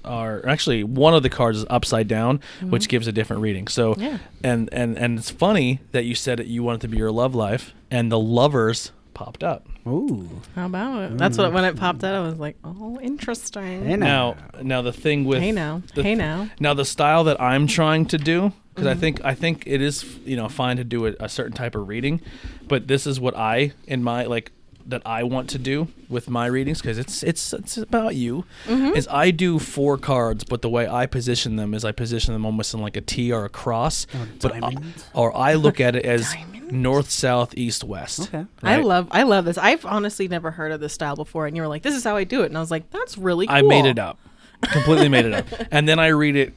are actually one of the cards is upside down, which gives a different reading. So Yeah. and and and it's funny that you said that you wanted to be your love life, and the lovers popped up. Ooh. How about it? That's what when it popped out, I was like, oh, interesting. Hey, Now, now. now the thing with Hey now. the- Hey now. Mm-hmm. now the style that I'm trying to do because I think I think it is you know fine to do a, a certain type of reading, but this is what I in my like that I want to do with my readings because it's it's it's about you Mm-hmm. is I do four cards, but the way I position them is I position them almost in like a T or a cross, but I- Oh, diamond. or I look at it as north, south, east, west. Okay. I right? love I love this. I've honestly never heard of this style before, and you were like, "This is how I do it," and I was like, "That's really cool." I made it up. Completely made it up. And then I read it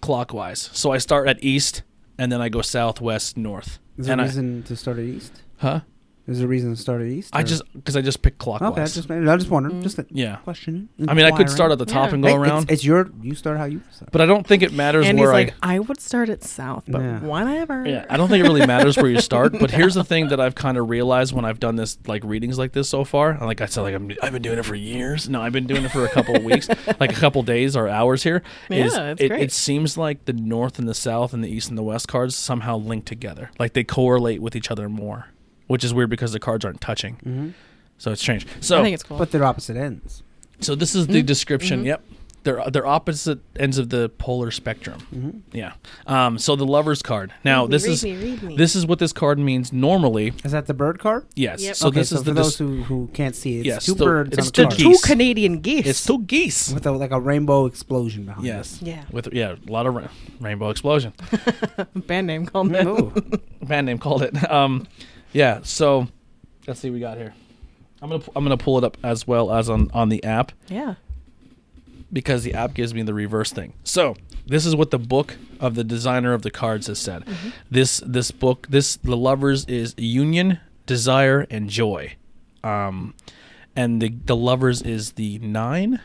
clockwise. So I start at east and then I go south, west, north. Is there and a I, reason to start at east? huh? Is there a reason to start at east? I or- just because I just picked clockwise. okay. I just I just wondered. Mm. Just a Yeah. question. I mean, I could start at the top Yeah. and go around, It's, it's your. You start how you start. but I don't think it matters And he's where like, I. "I would start at south, but Yeah. whatever." Yeah, I don't think it really matters where you start. But here's the thing that I've kind of realized when I've done this, like readings like this so far. and Like I said, like I'm, I've been doing it for years. No, I've been doing it for a couple of weeks, like a couple days or hours here. is Yeah, it's it, great. it seems like the north and the south and the east and the west cards somehow link together. Like they correlate with each other more, which is weird because the cards aren't touching. So it's strange. So Mm-hmm. I think it's cool. But they're opposite ends. so this is Mm-hmm. the description. Yep. They're, they're opposite ends of the polar spectrum. Yeah. Um, so the lovers card. Now Mm-hmm. Read me, this read is me, read me. this is what this card means normally. Is that the bird card? Yes. Yep. So okay, this so is for the those dis- who who can't see it. It's Yes, two the- birds it's on a the card geese. two Canadian geese. it's still geese. with a, like a rainbow explosion behind. it. yes. Yeah. With yeah, a lot of ra- rainbow explosion. band name called it. Ooh. Band name called it. Um, yeah. So let's see what we got here. I'm gonna pu- I'm gonna pull it up as well as on on the app. Yeah. because the app gives me the reverse thing. So this is what the book of the designer of the cards has said. Mm-hmm. This this book this the lovers is union, desire, and joy, um, and the the lovers is the nine.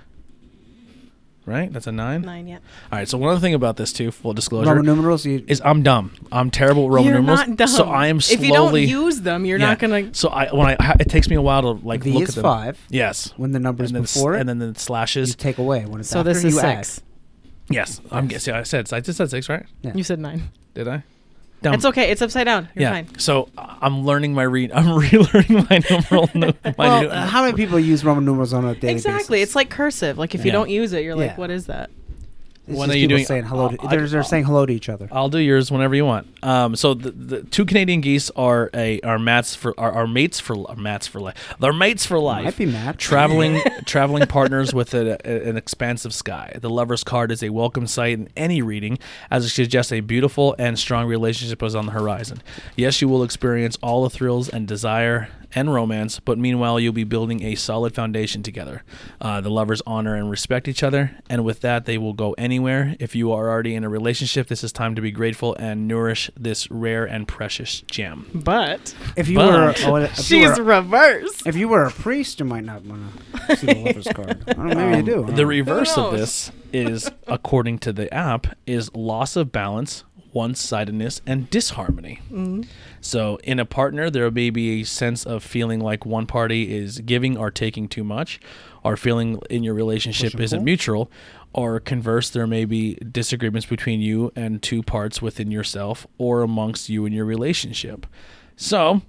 Right, that's a nine. Nine, yeah. All right. So one other thing about this too, full disclosure, Roman numerals. You, is I'm dumb. I'm terrible at Roman you're numerals. not dumb. So I am slowly. If you don't use them, you're not Yeah. gonna. So I when I it takes me a while to like V look is at them. five. Yes. when the numbers and then, s- before it, and then the you slashes. take away when it's So after this is you add. six. Yes, I'm guessing. I said I just said six, right? Yeah. You said nine. Did I? Dumb. it's okay. It's upside down. You're yeah. fine. So uh, I'm learning my read. I'm relearning my numeral. nu- my Well, nu- uh, how many people use Roman numerals on a daily Exactly. basis? It's like cursive. Like if you Yeah. don't use it, you're like, Yeah. what is that? It's When just are you people doing- saying hello? To, I'll- I- Oh, they're, they're saying hello to each other. I'll do yours whenever you want. Um, so the, the two Canadian geese are a are mats for are, are mates for are mats for life. They're mates for life. Might be Matt. traveling traveling partners with a, a- an expansive sky. The lover's card is a welcome sight in any reading, as it suggests a beautiful and strong relationship is on the horizon. Yes, you will experience all the thrills and desire and romance, but meanwhile, you'll be building a solid foundation together. Uh, the lovers honor and respect each other, and with that, they will go anywhere. If you are already in a relationship, this is time to be grateful and nourish this rare and precious gem. But If you But- were, a- if you she's were- reverse. if you were a priest, you might not want to see the lover's card. I don't know, maybe you do. I don't Um, The know. reverse of knows? this is, according to the app, is loss of balance, one-sidedness, and disharmony. So, in a partner, there may be a sense of feeling like one party is giving or taking too much, or feeling in your relationship isn't mutual, or converse, there may be disagreements between you and two parts within yourself or amongst you and your relationship. So,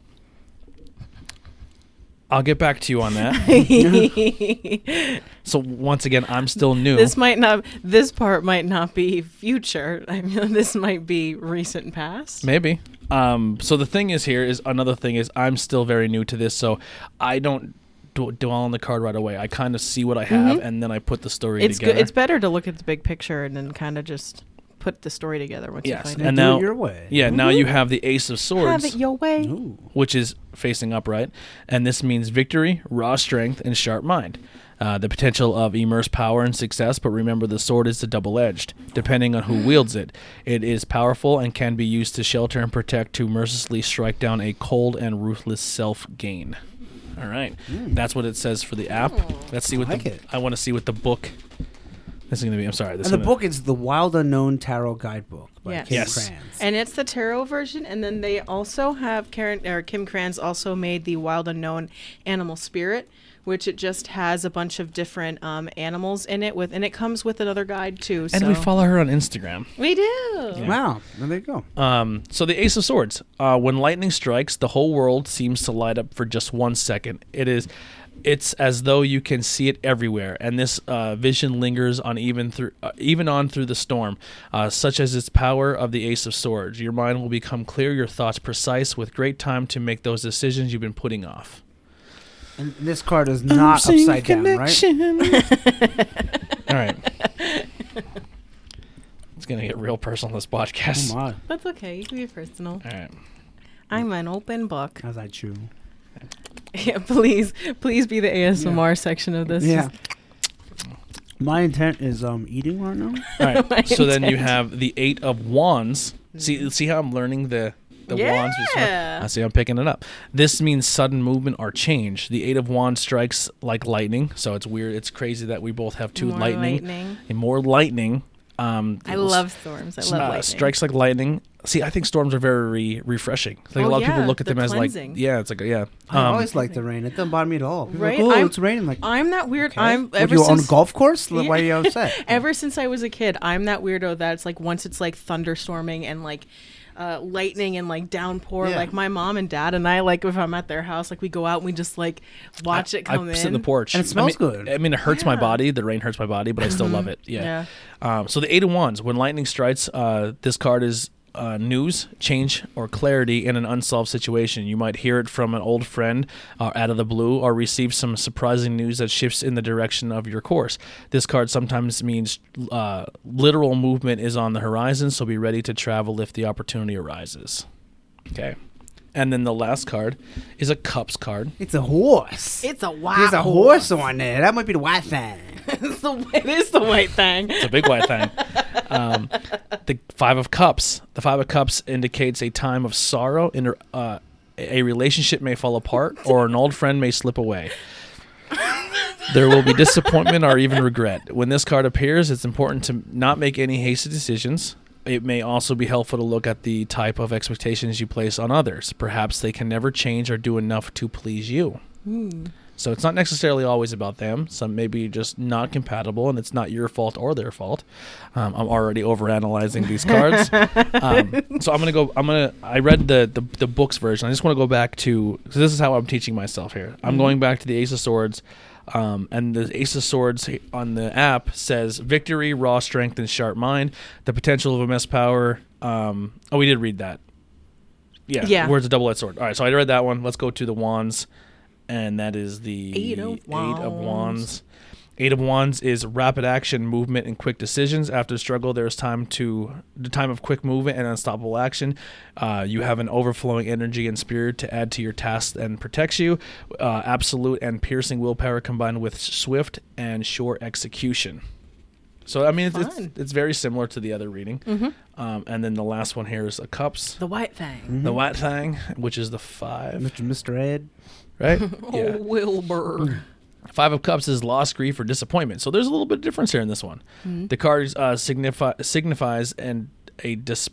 I'll get back to you on that. so, once again, I'm still new. This might not. This part might not be future. I mean, this might be recent past. Maybe. Um, so the thing is here is another thing is I'm still very new to this, so I don't d- dwell on the card right away. I kind of see what I have, and then I put the story Mm-hmm. It's together. good. It's better to look at the big picture and then kind of just put the story together once Yes, you and, find it. do it Mm-hmm. now your way. Yeah, now you have the Ace of Swords, Have it your way. which is facing upright, and this means victory, raw strength, and sharp mind. Uh, the potential of immense power and success, but remember the sword is a double-edged, depending on who wields it. It is powerful and can be used to shelter and protect to mercilessly strike down a cold and ruthless self-gain. All right, that's what it says for the app. Let's see what Hmm. like the, it. I want to see what the book. This is gonna be. I'm sorry. This And is the gonna- book is The Wild Unknown Tarot Guidebook by Yes. Kim Yes. Kranz. And it's the tarot version, and then they also have Karen or Kim Kranz also made the Wild Unknown Animal Spirit, which it just has a bunch of different um, animals in it with, and it comes with another guide too. And so. we follow her on Instagram. We do. Wow, well, there you go. Um, so the Ace of Swords. Uh, when lightning strikes, the whole world seems to light up for just one second. It is, it's as though you can see it everywhere, and this uh, vision lingers on even through, uh, even on through the storm. Uh, such as its power of the Ace of Swords, your mind will become clear, your thoughts precise, with great time to make those decisions you've been putting off. And this card is not upside down, right? All right. It's gonna get real personal this podcast. Oh my, That's okay. You can be personal. All right. I'm an open book. as I chew. Yeah, please, please be the ASMR section of this. Yeah. My intent is um eating right now. All right. so then you intent. Mm-hmm. have the eight of wands. See, see how I'm learning the the wands. with sort of- Yeah. I see. I'm picking it up. This means sudden movement or change. The eight of wands strikes like lightning. So it's weird. It's crazy that we both have two More lightning, lightning. and more lightning. Um, I love storms. I love uh, lightning. strikes like lightning. See, I think storms are very refreshing. Like a Oh, lot of yeah, people look at they're them as cleansing. like, yeah, it's like yeah. I Um, always like the rain. It doesn't bother me at all. People are Right? Like, oh, I'm- it's raining. Like, I'm that weird. I'm What, ever you're on a since golf course. Like, Why are you upset? ever since I was a kid. I'm that weirdo that it's like once it's like thunderstorming and like uh, lightning and like downpour. Yeah. Like my mom and dad and I like if I'm at their house, like we go out and we just like watch it come I in. sit in the porch. And it smells I mean, good. I mean, it hurts my body. The rain hurts my body, but I still love it. Yeah. Um, so the eight of wands. When lightning strikes, uh, this card is uh, news, change, or clarity in an unsolved situation. You might hear it from an old friend uh, out of the blue, or receive some surprising news that shifts in the direction of your course. This card sometimes means uh, literal movement is on the horizon, so be ready to travel if the opportunity arises. Okay. And then the last card is a cups card. It's a horse. It's a wild. There's a horse on there. That might be the white thing. It's the, it is the white thing. It's a big white thing. Um, the Five of Cups. The Five of Cups indicates a time of sorrow. Inter- uh, a relationship may fall apart, or an old friend may slip away. There will be disappointment or even regret. When this card appears, it's important to not make any hasty decisions. It may also be helpful to look at the type of expectations you place on others. Perhaps they can never change or do enough to please you. So it's not necessarily always about them. Some may be just not compatible, and it's not your fault or their fault. Um, I'm already overanalyzing these cards, um, so I'm gonna go. I'm gonna. I read the the, the books version. I just want to go back to. So this is how I'm teaching myself here. I'm going back to the Ace of Swords, um, and the Ace of Swords on the app says victory, raw strength, and sharp mind. The potential of immense power. Um, oh, we did read that. Yeah. Yeah. Words of double edged sword. All right. So I read that one. Let's go to the wands and that is the Eight of Eight of Wands. Eight of Wands is rapid action, movement, and quick decisions. After struggle, there's time to the time of quick movement and unstoppable action. Uh, you have an overflowing energy and spirit to add to your tasks and protects you. Uh, absolute and piercing willpower combined with swift and sure execution. So I mean, it's, it's, Fun. Mm-hmm. it's very similar to the other reading. Um, and then the last one here is a cups, The White Fang. the white thing, which is the five, Mr. Mr. Ed. right? Oh, Wilbur. Five of Cups is loss, grief, or disappointment. So there's a little bit of difference here in this one. Mm-hmm. The card uh, signify, signifies and a dis-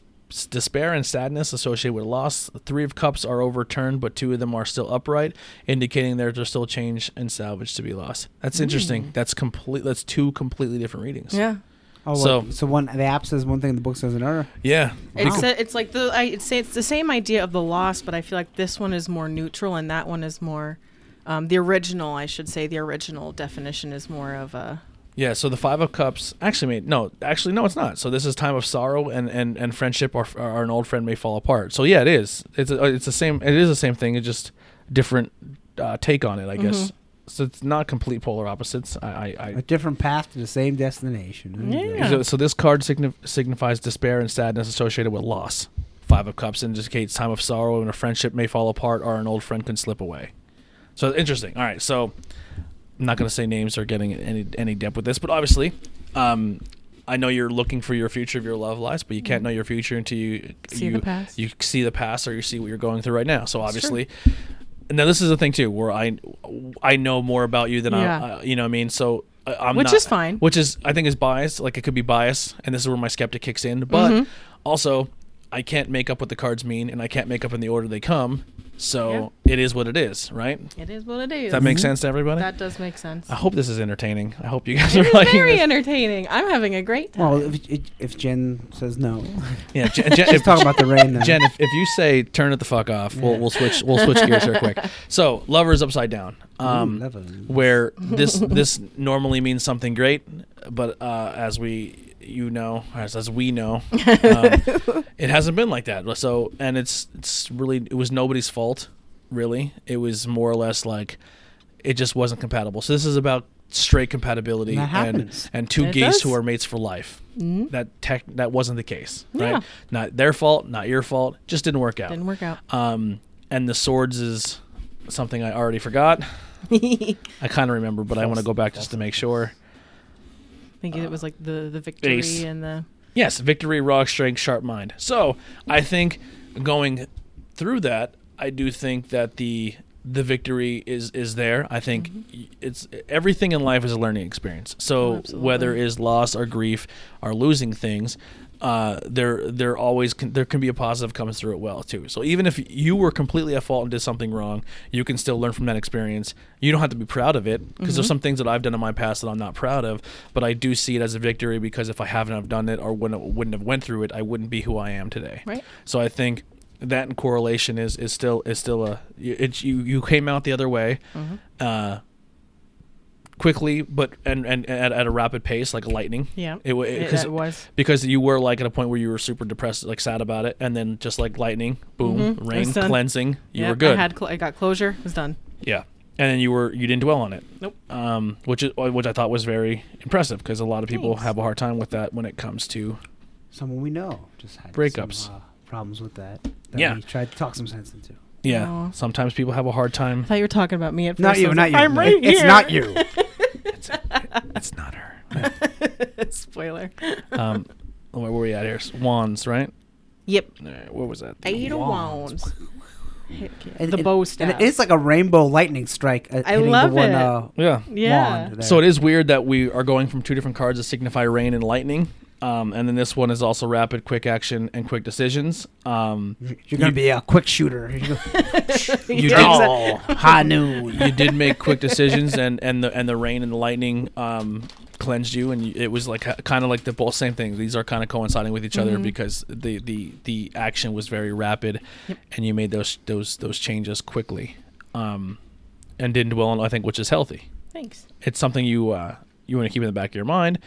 despair and sadness associated with loss. Three of Cups are overturned, but two of them are still upright, indicating there's still change and salvage to be lost. That's interesting. That's complete. That's two completely different readings. Mm. Yeah. Oh, So- so so one the app says one thing, the book says another. Yeah. It's a, it's like the I it's, it's the same idea of the loss, but I feel like this one is more neutral and that one is more um, the original. I should say the original definition is more of a Yeah, so the Five of Cups actually made no, actually no, it's not. So this is time of sorrow and and and friendship or, or an old friend may fall apart. So yeah, it is. It's a, it's the same. It is the same thing. It's just different uh, take on it, I guess. So it's not complete polar opposites. I I, A different path to the same destination. There you go. I so, so this card signif- signifies despair and sadness associated with loss. Five of Cups indicates time of sorrow and a friendship may fall apart or an old friend can slip away. So interesting. All right, so I'm not going to say names or getting any any depth with this, but obviously, um, I know you're looking for your future of your love lives, but you can't know your future until you Mm. See you, the past. You see the past, or you see what you're going through right now. So obviously, now this is the thing too, where I I know more about you than Yeah. I, uh, you know what I mean. So I, I'm Which not- is fine. Which is I think is biased. Like it could be biased, and this is where my skeptic kicks in. But Mm-hmm. also, I can't make up what the cards mean, and I can't make up in the order they come. So it is what it is, right? Does it is what it is. that make sense Oh, to everybody? Mm-hmm. That does make sense. I hope this is entertaining. I hope you guys are It's liking very this. entertaining. I'm having a great time. Well, if, if- if Jen says no, yeah, Jen, Jen, let's if, talk about the rain then. Jen, if, if you say turn it the fuck off, we'll, we'll switch we'll switch gears here quick. So, lovers upside down. Um, lovers. where this this normally means something great, but uh, as we you know, as, as we know, um, it hasn't been like that. So, and it's it's really it was nobody's fault, really. It was more or less like it just wasn't compatible. So this is about straight compatibility That and happens. and two It gays does. who are mates for life. That tech that wasn't the case, Mm-hmm. Yeah. right? Not their fault, not your fault. Just didn't work out. Didn't work out. Um, and the swords is something I already forgot. I kind of remember, but I want to go back just to make sure. I think it was like the the victory ace. and the Yes, victory, rock strength, sharp mind. So I think going through that, I do think that the the victory is is there. I think y- it's everything in life is a learning experience. Mm-hmm. Oh, So absolutely. whether is loss or grief or losing things, uh, there there always can, there can be a positive comes through it well too. So even if you were completely at fault and did something wrong, you can still learn from that experience. You don't have to be proud of it because there's some things that I've done in my past that I'm not proud of, but I do see it as a victory because if I haven't have done it or wouldn't wouldn't have went through it, I wouldn't be who I am today. Right. So I think that in correlation is is still is still a it's you you came out the other way. Uh, quickly but and and at, at a rapid pace like lightning Yeah. it, wa- it, It- 'cause- it was. because you were like at a point where you were super depressed like sad about it and then just like lightning boom rain was done. cleansing you Mm-hmm. Yep, were good I had cl- I got closure. It was done. yeah and then you were you didn't dwell on it Nope. um which is which i thought was very impressive because a lot of people Thanks. have a hard time with that when it comes to Someone we know just had Breakups. some, uh, problems with that. that Yeah. we tried to talk some sense into. yeah Aw. sometimes people have a hard time I thought you were talking about me at first. Not I you, was not like, you. I'm right it's here. not you. it's not her Spoiler. um where were we at here wands right Yep. All right, what was that Eight of Wands. wands. Heck yeah. And the it- bow and staff. it is like a rainbow lightning strike. Uh, I hitting love the one, it. Uh, yeah yeah. wand there. So it is weird that we are going from two different cards that signify rain and lightning. Um, and then this one is also rapid, quick action, and quick decisions. Um, You're gonna be a quick shooter. You go, you, did, oh, high noon. you did make quick decisions, and, and the and the rain and the lightning um, cleansed you, and you, it was like kind of like the both same thing. These are kind of coinciding with each other because the, the the action was very rapid, and you made those those those changes quickly, um, and didn't dwell on I think which is healthy. Thanks. it's something you uh, you want to keep in the back of your mind,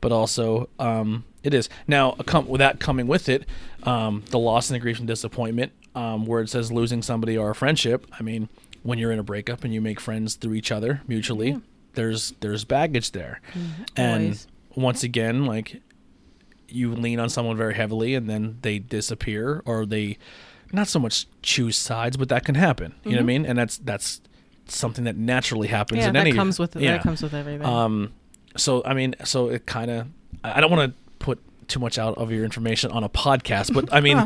but also um, it is now a com- with that coming with it, um, the loss and the grief and disappointment, um, where it says losing somebody or a friendship. I mean, when you're in a breakup and you make friends through each other mutually, there's there's baggage there, and always. once again, like you lean on someone very heavily and then they disappear or they not so much choose sides, but that can happen. You know what I mean? And that's that's something that naturally happens. Yeah, in that any, comes with it. yeah. That comes with everything. Um, so I mean, so it kind of. I I don't want to put too much out of your information on a podcast, but I mean,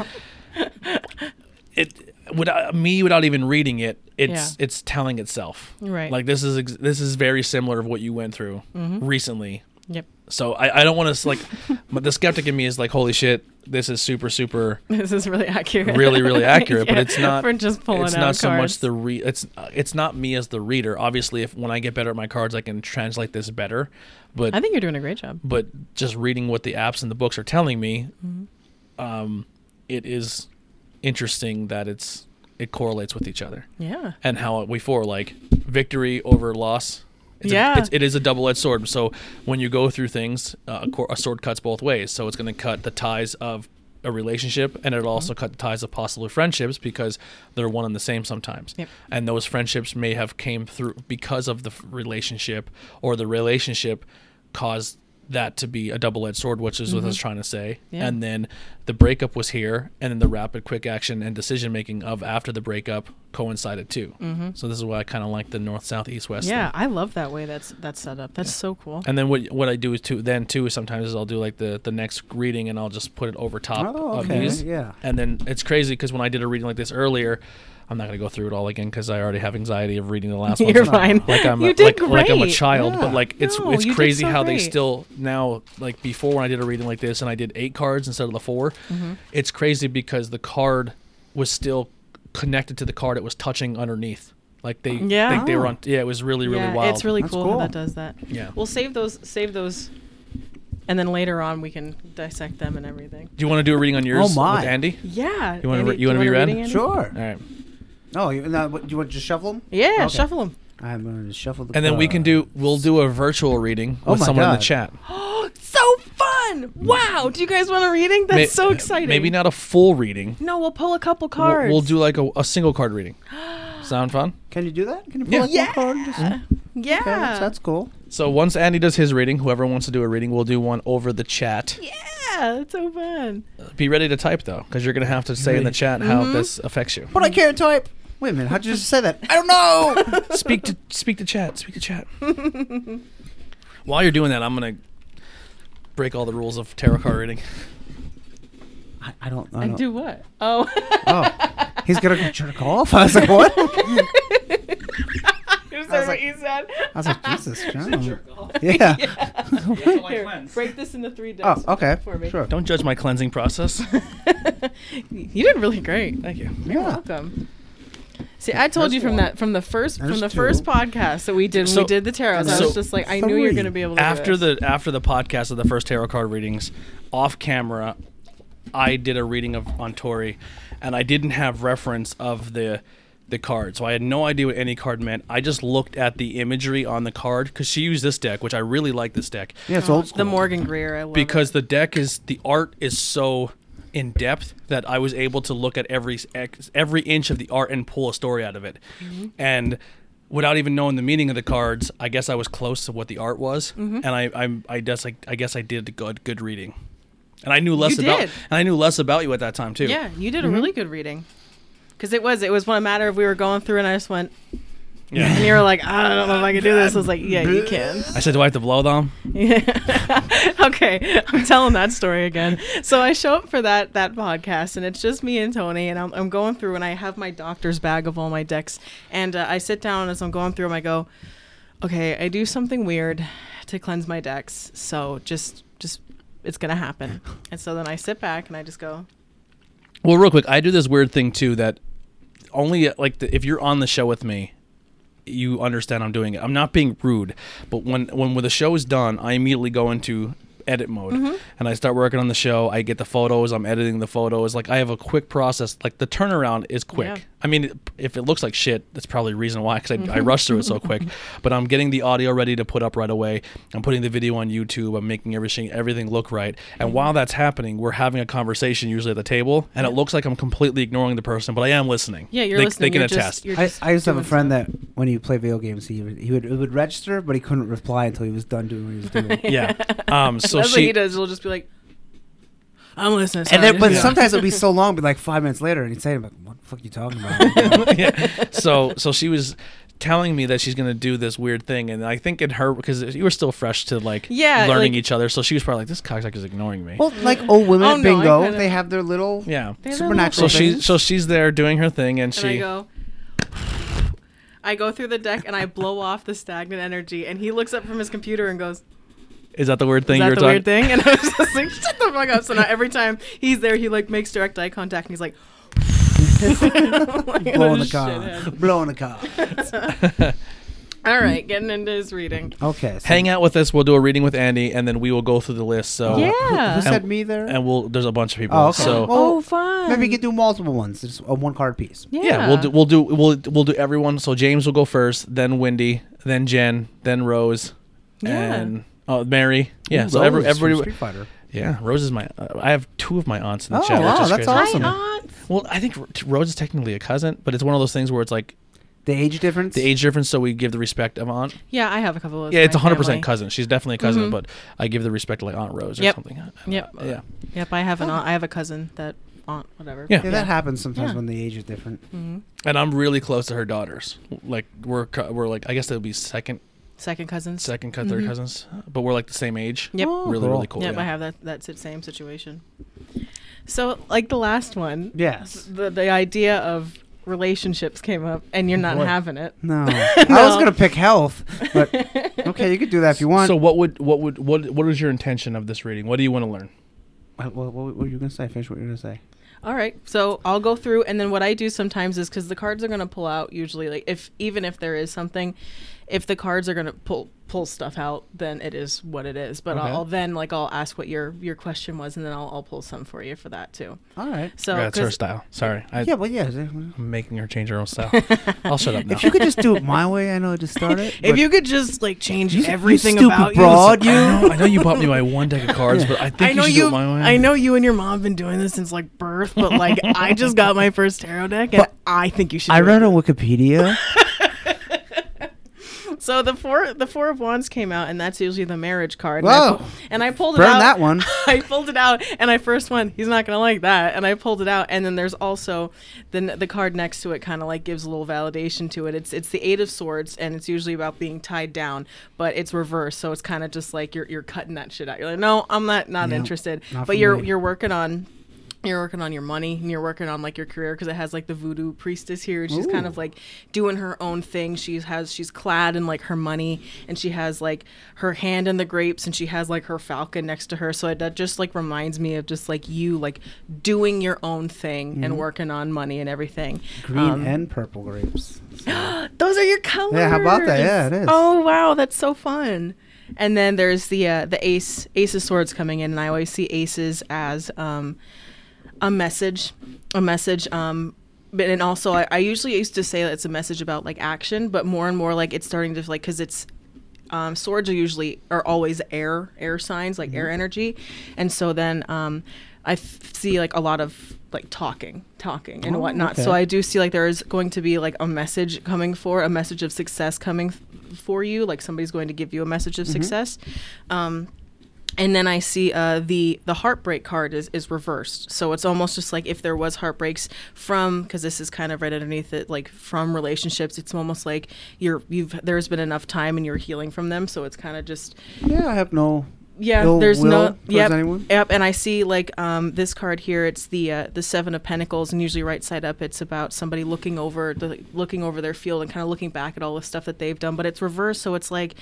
it without me without even reading it, it's Yeah. it's telling itself. Right. Mm-hmm. Like this is ex- this is very similar of what you went through recently. yep. So I, I don't want to like, but the skeptic in me is like, holy shit, this is super super This is really accurate. really really accurate but it's not We're just pulling it's out not cards. so much the re it's uh, it's not me as the reader obviously if when i get better at my cards i can translate this better but I think you're doing a great job. but just reading what the apps and the books are telling me um Mm-hmm. it is interesting that it's it correlates with each other Yeah. and how we for like victory over loss it's Yeah. a, it's, it is a double-edged sword so when you go through things uh, a, cor- a sword cuts both ways so it's going to cut the ties of a relationship and it'll Mm-hmm. also cut the ties of possible friendships because they're one and the same sometimes Yep. and those friendships may have came through because of the f- relationship or the relationship caused that to be a double-edged sword which is what i was trying to say Mm-hmm. Yeah. and then the breakup was here and then the rapid quick action and decision making of after the breakup coincided too so this is why i kind of like the north south east west Yeah, I love that way that's that's set up. That's so cool. and then what what I do is too then too is sometimes is I'll do like the the next reading and I'll just put it over top Oh, of okay, these. yeah. And then it's crazy because when I did a reading like this earlier, I'm not gonna go through it all again because I already have anxiety of reading the last one. You're So, fine. Like I'm You a, like, did like I'm a great. child, Yeah. but like it's No, it's you did crazy so how they great. still now like before when I did a reading like this and I did eight cards instead of the 4 Mm-hmm. It's crazy because the card was still connected to the card it was touching underneath. Like they, Yeah. think they were on. Yeah, it was really, really yeah, wild. It's really That's cool, cool. how that does that. Yeah. We'll save those save those and then later on we can dissect them and everything. Do you want to do a reading on yours my. with Andy? Yeah. You wanna Andy, re- you do wanna be wanna read? reading, Andy? Sure. All right. Oh, you, now, what, do you want to just shuffle them? Yeah, Okay. shuffle them. I'm going to shuffle the uh, And then we can cards. do we'll do a virtual reading Oh with my someone in God. the chat. So fun! Wow! Do you guys want a reading? That's May- so exciting. Maybe not a full reading. No, we'll pull a couple We'll- cards. We'll, do like a, a single card reading. Sound fun? Can you do that? Can you pull Yeah. out Yeah. one card? and Just, okay, Yeah. that's, that's cool. So once Andy does his reading, whoever wants to do a reading, we'll do one over the chat. yeah, that's so fun. Oh, Be ready to type though, because you're gonna have to say in the chat how this affects you. But I can't type. Wait a minute. How'd you just say that? I don't know. speak to speak to chat. Speak to chat. While you're doing that, I'm gonna break all the rules of tarot card reading. I, I don't. I And don't. do what? Oh, Oh, he's gonna go jerk off. I was like, what? I is was that what like- you said? was like, Jesus, John. Yeah. Here, break this into three Oh, decks. okay. For me. Sure. Don't judge my cleansing process. you did really great. Thank you. You're Yeah. welcome. See, I told There's you from one. that from the first from There's the first two. podcast that we did when So- we did the tarot. I And was so- just like, I knew you were Three. going to be able to after do this. the after the podcast of the first tarot card readings off camera i did a reading of on tori and i didn't have reference of the the card so i had no idea what any card meant i just looked at the imagery on the card because she used this deck which i really like this deck Yeah, it's old school. the Morgan Greer. I love because the deck is the art is so in depth that I was able to look at every ex- every inch of the art and pull a story out of it, Mm-hmm. and without even knowing the meaning of the cards, I guess I was close to what the art was, Mm-hmm. and I I'm, I guess I, I guess I did good good reading, and I knew less You about did. and I knew less about you at that time too. Mm-hmm. it. yeah, you did a really good reading. Because it was it was one matter of we were going through and I just went and yeah. you were like, I don't know if I can do this. I was like, Yeah, you can. I said, do I have to blow them? okay, I'm telling that story again. So I show up for that that podcast, and it's just me and Tony, and I'm, I'm going through, and I have my doctor's bag of all my decks, and uh, I sit down as I'm going through 'em, I go, okay, I do something weird to cleanse my decks, so just just it's gonna happen. And so then I sit back and I just go, Well, real quick, I do this weird thing too that only like the, if you're on the show with me, you understand I'm doing it. I'm not being rude, but when when the show is done, I immediately go into edit mode and I start working on the show. I get the photos. I'm editing the photos. Like I have a quick process. Like the turnaround is quick. Yeah. I I mean, if it looks like shit, that's probably the reason why because I, I rushed through it so quick. But I'm getting the audio ready to put up right away. I'm putting the video on YouTube. I'm making everything everything look right. And while that's happening, we're having a conversation usually at the table, and it looks like I'm completely ignoring the person, but I am listening. Yeah, you're they, listening. They can You're just- attest. you're I, just I used to have a doing friend stuff. that when he would play video games, he would, he would it would register, but he couldn't reply until he was done doing what he was doing. yeah. Um. So That's she. what he does. He'll just be like, "I'm listening." And then, but Yeah. sometimes it would be so long, but like five minutes later, and he'd say, "I'm like, what the fuck you talking about?" yeah. So so she was telling me that she's gonna do this weird thing, and I think in her because you were still fresh to like Yeah, learning like- each other, so she was probably like, "This cocksucker is ignoring me." well, like old women Oh, at no, I bingo, kinda- they have their little yeah. There's a supernatural. So little she things. so she's there doing her thing, and and I she go. I go through the deck and I blow off the stagnant energy, and he looks up from his computer and goes, is that the weird thing Is you that were the talking? weird thing? And I was just like, shut the fuck up. So now every time he's there, he like makes direct eye contact and he's like, like blowing the "Oh, car, shithead." blowing the car. All right, getting into his reading. Okay, so Hang out with us. We'll do a reading with Andy, and then we will go through the list. So Who Yeah. said And- me there? and we'll there's a bunch of people. oh, okay. So Well, fun. maybe you could do multiple ones, just a one card piece. Yeah. yeah, we'll do we'll do we'll we'll do everyone. So James will go first, then Wendy, then Jen, then Rose, Yeah. and oh Mary. Yeah. Ooh, so every, Rose from everybody Street Fighter. Yeah, Rose is my. Uh, I have two of my aunts in the Oh, chat. wow, which is that's awesome. crazy. Aunt. Well, I think R- Rose is technically a cousin, but it's one of those things where it's like The age difference. the age difference, so we give the respect of aunt. Yeah, I have a couple of. Yeah, my it's a hundred percent family. Mm-hmm. cousin. She's definitely a cousin, but I give the respect to like Aunt Rose or Yep. something. Yep. Uh, Yeah. Oh. Yep, I have an aunt. I have a cousin that aunt, whatever. Yeah. Yeah, that happens sometimes Yeah. Mm. Mm-hmm. when the age is different. And I'm really close to her daughters. Like we're co- we're like I guess they'll be second Second cousins. second co- third cousins, but we're like the same age. Mm-hmm. Yep. Oh, Really, really cool. yep, yeah. I have that. That's the same situation. So, like the last one, Yes. the the idea of relationships came up, and you're not Boy. having it. No. I was gonna pick health, but okay, you could do that if you want. So what would what would what what is your intention of this reading? What do you want to learn? what, what, what were you gonna say? Finish what you were gonna say. All right. So I'll go through, and then what I do sometimes is because the cards are going to pull out usually, like if even if there is something, if the cards are going to pull pull stuff out, then it is what it is. But Okay. I'll, I'll then like I'll ask what your your question was, and then I'll, I'll pull some for you for that too. All right. So Yeah, that's her Oh, 'cause- style. Sorry, I, Yeah, well, yeah. is- I'm making her change her own style. I'll shut up now. If you could just do it my way, I know how to start it. if but- you could just like change You- you everything stupid about broad, you. you- I know, I know you bought me my one deck of cards, but I think I know you should do you. it my way. I know you and your mom have been doing this since like birth, but like I just got my first tarot deck, and But I think you should. I do it read on Wikipedia. So the four the four of wands came out, and that's usually the marriage card. Whoa. And I, pu- and I pulled it Burn out. that one. I pulled it out, and I first went, he's not gonna like that. And I pulled it out, and then there's also then the card next to it kind of like gives a little validation to it. It's it's the eight of swords, and it's usually about being tied down, but it's reversed, so it's kind of just like you're you're cutting that shit out. You're like, no, I'm not not Yeah, interested. not for but you're me. you're working on. You're working on your money and you're working on like your career because it has like the voodoo priestess here and she's kind of Ooh. like like doing her own thing. She has she's clad in like her money and she has like her hand in the grapes and she has like her falcon next to her. So it, that just like reminds me of just like you like doing your own thing and working on money and everything. Green Um, and purple grapes. those are your colors. Yeah, how about that? Yeah, it is. Oh wow, that's so fun. And then there's the uh, the ace ace of swords coming in, and I always see aces as um, a message, a message. Um, but and also I, I usually used to say that it's a message about like action, but more and more like it's starting to like because it's um, swords are usually are always air air signs like Mm-hmm. air energy, and so then um, I f- see like a lot of like talking, talking and Oh, whatnot. So okay. I do see like there is going to be like a message coming for a message of success coming f- for you. Like somebody's going to give you a message Mm-hmm. of success. Um, and then I see uh, the the heartbreak card is, is reversed, so it's almost just like if there was heartbreaks from because this is kind of right underneath it, like from relationships. It's almost like you're you've there's been enough time and you're healing from them, so it's kind of just Yeah, I have no. yeah ill there's will no towards yep anyone. yep and i see like um this card here it's the uh, the seven of pentacles and usually right side up it's about somebody looking over the looking over their field and kind of looking back at all the stuff that they've done but it's reversed so it's like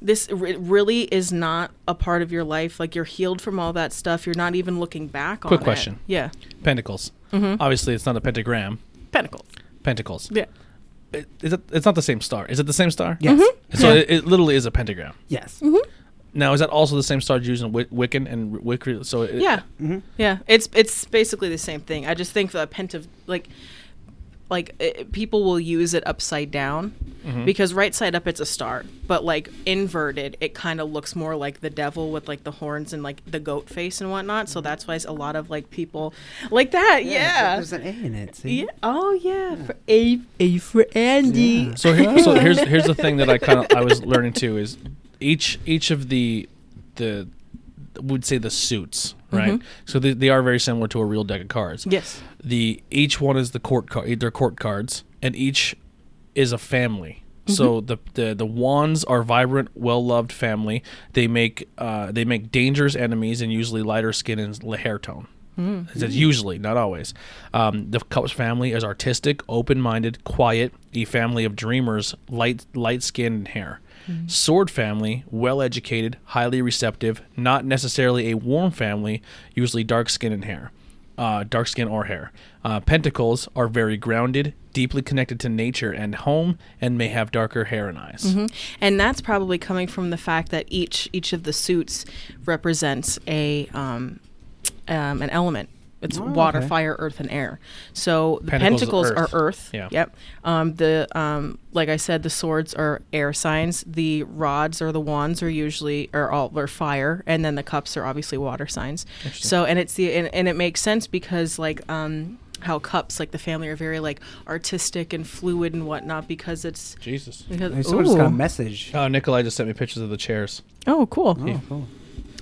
this re- really is not a part of your life like you're healed from all that stuff you're not even looking back on Quick it. question. yeah Pentacles. Obviously, it's not a pentagram. pentacles Pentacles. Mm-hmm. yeah It- Is it, it's not the same star. Is it the same star? Yes. Mm-hmm. So it, it literally is a pentagram. Yes. Mm. Now, is that also the same star used in Wic- Wiccan and Wicca? So it, Mm-hmm. Yeah, yeah. It's it's basically the same thing. I just think the pent of like like i people will use it upside down because right side up it's a star, but like inverted it kind of looks more like the devil with like the horns and like the goat face and whatnot. So that's why a lot of like people like that. Mm-hmm. Yeah. There's an A in it. See? Yeah. Oh yeah. For A A for Andy. So here, so here's here's the thing that I kind of I was learning too is each each of the the would say the suits right so they, they are very similar to a real deck of cards Yes. the each one is the court card they're court cards and each is a family so the, the the wands are vibrant well-loved family they make uh, they make dangerous enemies and usually lighter skin and l- hair tone It says usually not always um, the cups family is artistic open-minded quiet a family of dreamers light light skin and hair Sword family, well educated, highly receptive, not necessarily a warm family, usually dark skin and hair uh, dark skin or hair. Uh, pentacles are very grounded, deeply connected to nature and home, and may have darker hair and eyes. Mm-hmm. and that's probably coming from the fact that each each of the suits represents a um, um, an element. It's water, okay. fire, earth, and air. So the Oh, Pentacles pentacles, is earth. are earth. Yeah. Yep. Um, the um, like I said, the swords are air signs. The rods or the wands are usually are all are fire, and then the cups are obviously water signs. So and it's the and, and it makes sense because like um, how cups like the family are very like artistic and fluid and whatnot because it's Jesus. because Hey, someone just got a Ooh. message. Uh, Nikolai just sent me pictures of the chairs. Oh, cool. Oh, cool.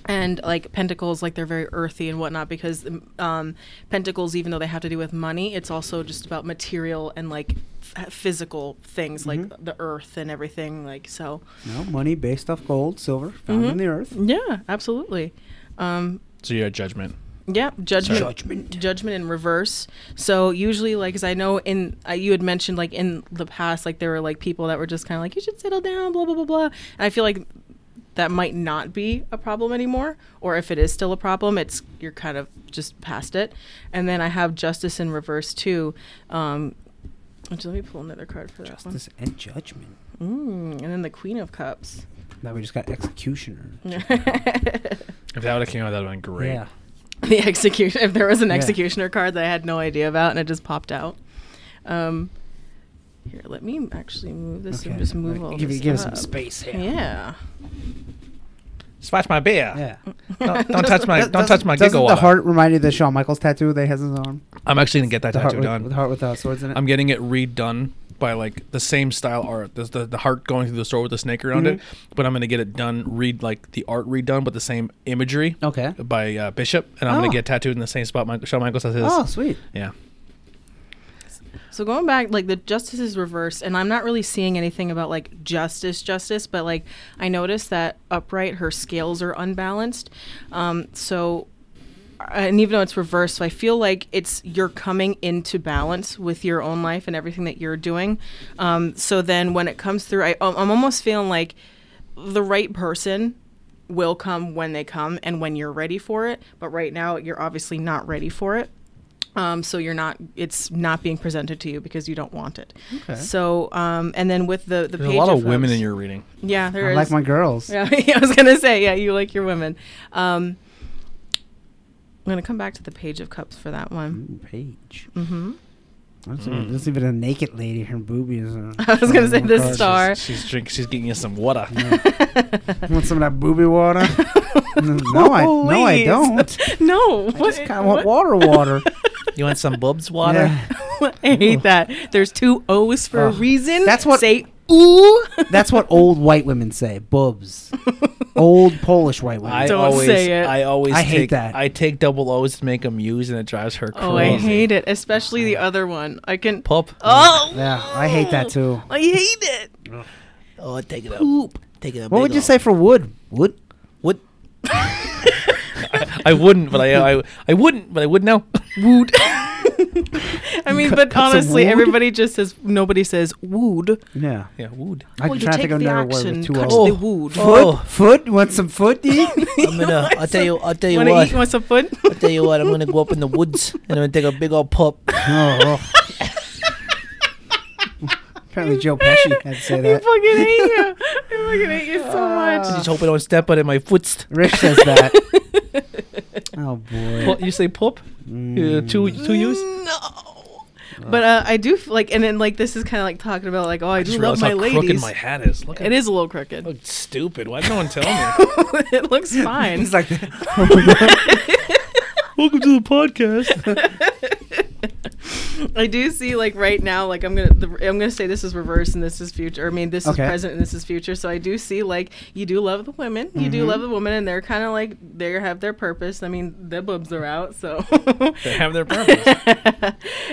And like pentacles, like they're very earthy and whatnot because um, pentacles, even though they have to do with money, it's also just about material and like f- physical things like Mm-hmm. the earth and everything. Like, so No, money based off gold, silver, found Mm-hmm. in the earth. yeah, absolutely. Um, So you had judgment. yeah, judgment, Judgment. judgment in reverse. So usually, like, as I know in uh, you had mentioned, like in the past, like there were like people that were just kind of like, you should settle down, blah blah blah blah. And I feel like that might not be a problem anymore, or if it is still a problem, it's you're kind of just past it. And then I have justice in reverse too. Um, which, let me pull another card for that Justice and judgment. one. Mm, and then the Queen of Cups. Now we just got executioner. If that would have came out, that would have been great. Yeah. the execution if there was an Yeah. executioner card that I had no idea about and it just popped out. Um, here, let me actually move this and just move all give this it- give it some up. space here. Yeah. Splash my beer. Yeah. Don't, don't touch my Doesn't- don't touch my doesn't giggle. the heart remind you of the Shawn Michaels tattoo that he has on his arm? I'm actually gonna get that The heart tattoo with, with done. heart with uh, swords in it. I'm getting it redone by like the same style art. There's the the heart going through the store with the snake around it, Mm-hmm. but I'm gonna get it done. Read like the art redone, but the same imagery. okay. By uh, Bishop, and I'm Oh. gonna get tattooed in the same spot. My, Shawn Michaels has his. Oh, sweet. Yeah. So going back, like the justice is reversed, and I'm not really seeing anything about like justice, justice, but like I noticed that upright, her scales are unbalanced. Um, so, and even though it's reversed, so I feel like it's you're coming into balance with your own life and everything that you're doing. Um, so then when it comes through, I, I'm I'm almost feeling like the right person will come when they come and when you're ready for it. But right now, you're obviously not ready for it. Um, so you're not it's not being presented to you because you don't want it. Okay. So um, and then with the the There's page a lot of of women folks- in your reading. yeah there I is. like my girls. yeah I was gonna say yeah you like your women. Um, I'm gonna come back to the page of cups for that one. Ooh, Paige. Mm-hmm. Mm. There's even, there's even a naked lady. Her boobies. Are I was gonna say the She's- star. She's drink. She's getting you some water. You want some of that booby water? no, I no, I Please. don't. No, I what- just kind of want water, water. You want some bubs water? Yeah. I hate that. There's two O's for a Ugh. reason. That's what- say ooh. That's what old white women say. Boobs. old Polish white women. I Don't always, say it. I always. I hate take, that. I take double O's to make them use, and it drives her crazy. Oh, I hate it, especially the other one. I can. Pop. Oh, yeah, I hate that too. I hate it. Oh, take it up. Take it up. What would you say for wood? Wood. What? I wouldn't, but I, I, I wouldn't, but I would now. Wood. I mean, but some honestly, wood? everybody just says nobody says wood. Yeah. yeah, would. I Well, can you try to take think of the another word action, with two cut O's. the wood. Oh, Foot? Want some foot? to eat? I'm gonna. I'll tell you. I'll tell you Want to what. eat? What's a foot? I'll tell you what. I'm gonna go up in the woods and I'm gonna take a big old pup. oh, oh. Apparently Joe Pesci had to say I that. fucking hate you. I fucking hate you so much. Just hope I don't step out of my footst. Rich says that. oh boy. you say pop? Uh, two, two U's. No. But uh, I do f- like, and then like this is kind of like talking about like, oh, I, do just love realized my how crooked ladies. my hat is. Look it at is a little crooked. look stupid. Why did no one tell me? it looks fine. He's like, Welcome to the podcast. I do see like right now, like I'm gonna, the, I'm gonna say this is reverse and this is future. I mean, this Okay. is present and this is future. So I do see like you do love the women, you do love the women, and they're kind of like they have their purpose. I mean, their boobs are out, so. they have their purpose.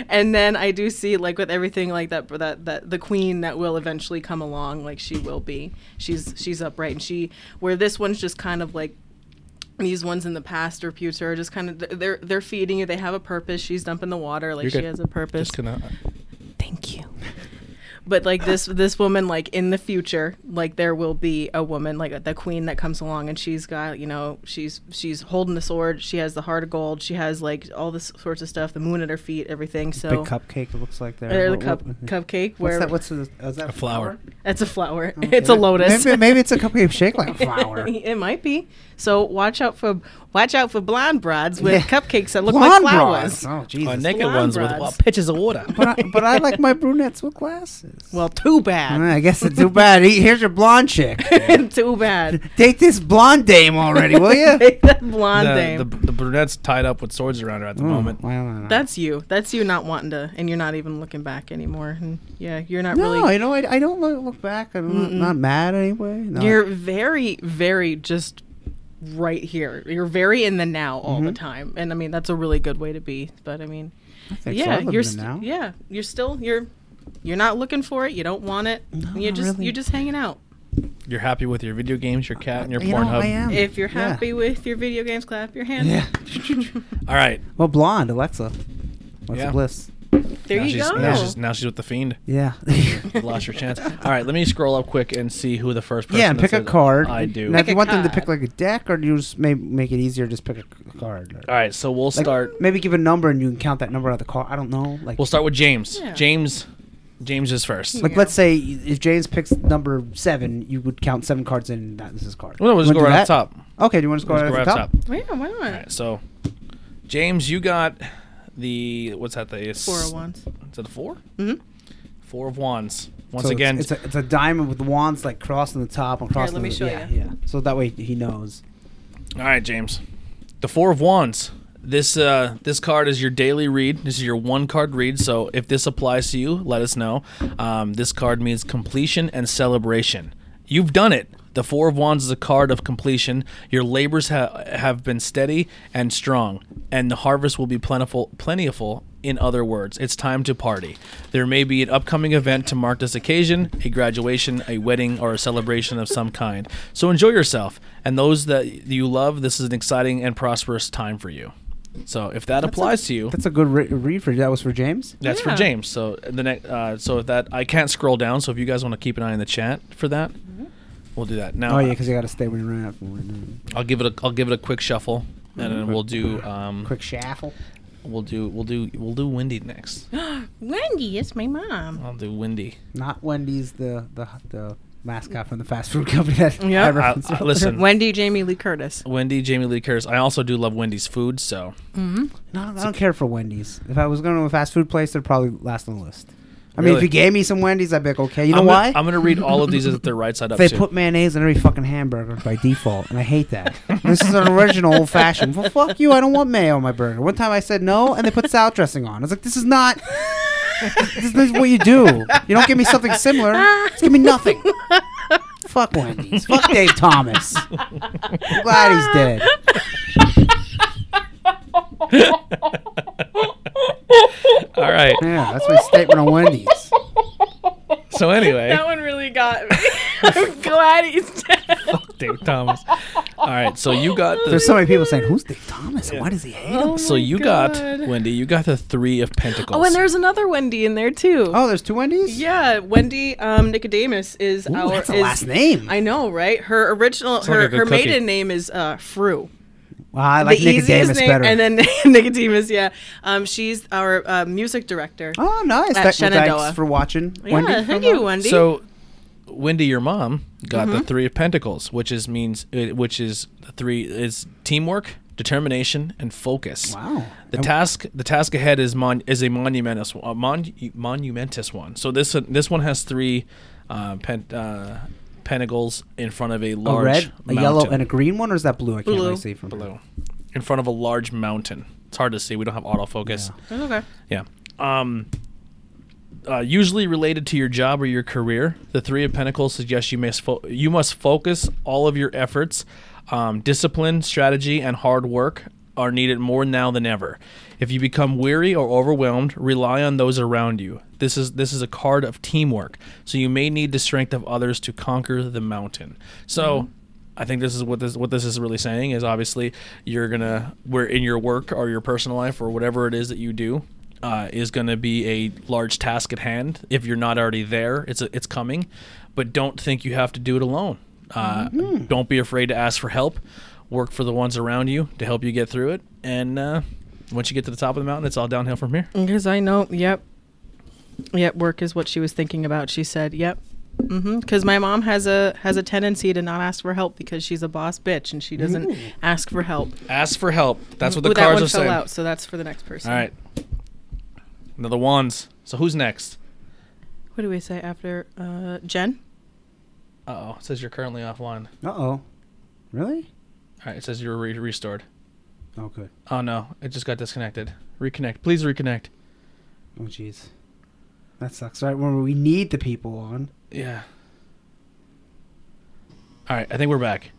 and then I do see like with everything like that, that that the queen that will eventually come along, like she will be. She's she's upright and she where this one's just kind of like these ones in the past or future are just kind of they're they're feeding you. They have a purpose. She's dumping the water like You're she good. has a purpose. Just gonna. Thank you. But like this this woman like in the future like there will be a woman like the queen that comes along and she's got you know she's she's holding the sword she has the heart of gold she has like all this sorts of stuff the moon at her feet everything so big cupcake. It looks like there. Or the What- cup, what- cupcake What's where that? What's the? oh, Is that a flower. that's a flower. It's a lotus. Maybe, maybe it's a cupcake shaped like a flower. it might be. So watch out for watch out for blonde broads with Yeah. cupcakes that look Blonde like bras. flowers. Oh Or Jesus! naked Blonde ones with rods. well, pitchers of water. but, I, but I like my brunettes with glasses. Well, too Uh, bad. I guess it's too bad. He- Here's your blonde chick. too bad. Take this blonde dame already, will you? Take that blonde the, dame. the, the brunette's tied up with swords around her at the Mm. moment. That's you. That's you not wanting to, and you're not even looking back anymore. And yeah, you're not no, really. you know, I, I don't look, look back. I'm not, not mad anyway. No, You're very, very just right here. You're very in the now all Mm-hmm. the time, and I mean that's a really good way to be. But I mean, I think so. I yeah, live in you're it st- now. yeah, you're still you're you're not looking for it. You don't want it. you not just really. you're just hanging out. You're happy with your video games, your cat, and your You know, I Pornhub. am. If you're Hmm. Yeah. happy with your video games, clap your hands. Yeah. All right. Well, blonde Alexa, Alexa Yeah. Bliss. There now you she's, go. Now she's, now she's with the fiend. Yeah. You lost your chance. All right, let me scroll up quick and see who the first person. yeah, and that pick a says, card. I do. Now, if you Pick a want them to pick card. like a deck, or do you just may, make it easier, just pick a c- card. Or, All right, so we'll like, start. Maybe give a number and you can count that number out of the card. I don't know. Like, We'll start with James. Yeah. James. James is first. like let's say if James picks number seven, you would count seven cards in. and That this is card. well, no, we'll just Wanna go do right up that? top. Okay, do you want to go Let's right go up right top? up top. yeah, why not? All right, so James, you got the what's that? The s- Four oh of wands. Is it a 4 Mhm. Four of wands. Once So it's- again, it's, a, it's a diamond with wands like crossing the top and crossing. let me the, show yeah, you. Yeah. So that way he knows. Oh. All right, James. The Four of Wands. This uh, this card is your daily read. This is your one card read. So if this applies to you, let us know. Um, this card means completion and celebration. You've done it. The Four of Wands is a card of completion. Your labors ha- have been steady and strong, and the harvest will be plentiful, plentiful. In other words, it's time to party. There may be an upcoming event to mark this occasion a graduation, a wedding, or a celebration of some kind. So enjoy yourself. And those that you love, this is an exciting and prosperous time for you. So if that applies to you, that's, That's a good re- read for that was for James. for Yeah. James. So the next, uh, so if that I can't scroll down. So if you guys want to keep an eye on the chat for that, we'll do that now. Oh yeah, because you got to stay when you're running out. from one. I'll give it a I'll give it a quick shuffle, and then we'll do um Mm-hmm. Quick shuffle. we'll do we'll do we'll do Wendy next. Wendy, it's my mom. I'll do Wendy. Not Wendy's the the the mascot from the fast food company that Yeah. I I- referenced. I- earlier. listen. Wendy Jamie Lee Curtis. Wendy, Jamie Lee Curtis. I also do love Wendy's food, so No, I don't care for Wendy's. If I was going to a fast food place, they'd probably last on the list. I mean, Really? if you gave me some Wendy's, I'd be like, okay. You know I'm why? Gonna, I'm gonna read all of these as they're right side up. they too. put mayonnaise in every fucking hamburger by default, and I hate that. this is an original old fashioned. Well, fuck you. I don't want mayo on my burger. One time I said no, and they put salad dressing on. I was like, this is not. This is what you do. You don't give me something similar. Just give me nothing. Fuck Wendy's. Fuck Dave Thomas. I'm glad Ah. he's dead. all right. Yeah, that's my statement on Wendy's. So anyway, one really got me. I'm glad he's dead. Dave Thomas. All right. So you got the There's so many people saying, who's Dave Thomas? And why does he hate him? so you Oh God. got Wendy. You got the three of pentacles. Oh, and there's another Wendy in there too. Oh, there's two Wendy's? Yeah, Wendy um, Nicodemus is Ooh, our that's a is- last name. I know, right? Her original, like her, a good her cookie. maiden name is uh, Fru. Wow, I like the easiest Nicodemus name, better. and then Nicodemus. Yeah, um, she's our uh, music director. oh, nice. At That- well, Shenandoah. Thanks for watching. yeah, Wendy, thank come you, on. Wendy. So, Wendy, your Mm-hmm. mom got the three of pentacles, which is means uh, which is the three is teamwork, determination, and focus. Wow. Oh. The And- task the task ahead is mon is a monumentous a mon- monumentous one. So this this one has three uh, pen, uh, pentacles in front of a large a red, a mountain. yellow, and a green one, or is that blue? I can't Blue. really see from here. blue in front of a large mountain. It's hard to see. We don't have autofocus. That's okay. Yeah. Um, uh, usually related to your job or your career, the Three of Pentacles suggests you must fo- you must focus all of your efforts. Um, discipline, strategy, and hard work are needed more now than ever. If you become weary or overwhelmed, rely on those around you. This is this is a card of teamwork, so you may need the strength of others to conquer the mountain. So. I think this is what this what this is really saying is obviously you're gonna where in your work or your personal life or whatever it is that you do uh, is gonna be a large task at hand. If you're not already there, it's a, it's coming, but don't think you have to do it alone. Uh, Mm-hmm. Don't be afraid to ask for help. Work for the ones around you to help you get through it. And uh, once you get to the top of the mountain, it's all downhill from here. Because I know, yep. Yep, work is what she was thinking about. She said, "Yep." Mhm. Cuz my mom has a has a tendency to not ask for help because she's a boss bitch and she doesn't ask for help. Ask for help. That's what the Ooh, that cards one are fell saying. out, so that's for the next person. All right. Another wands. So who's next? What do we say after uh Jen? Uh oh. It says you're currently offline. Uh oh, really? All right, it says you were re- restored. Oh good. Oh no, it just got disconnected. Reconnect, please reconnect. Oh jeez, that sucks. Right when we need the people on. Yeah. All right, I think we're back.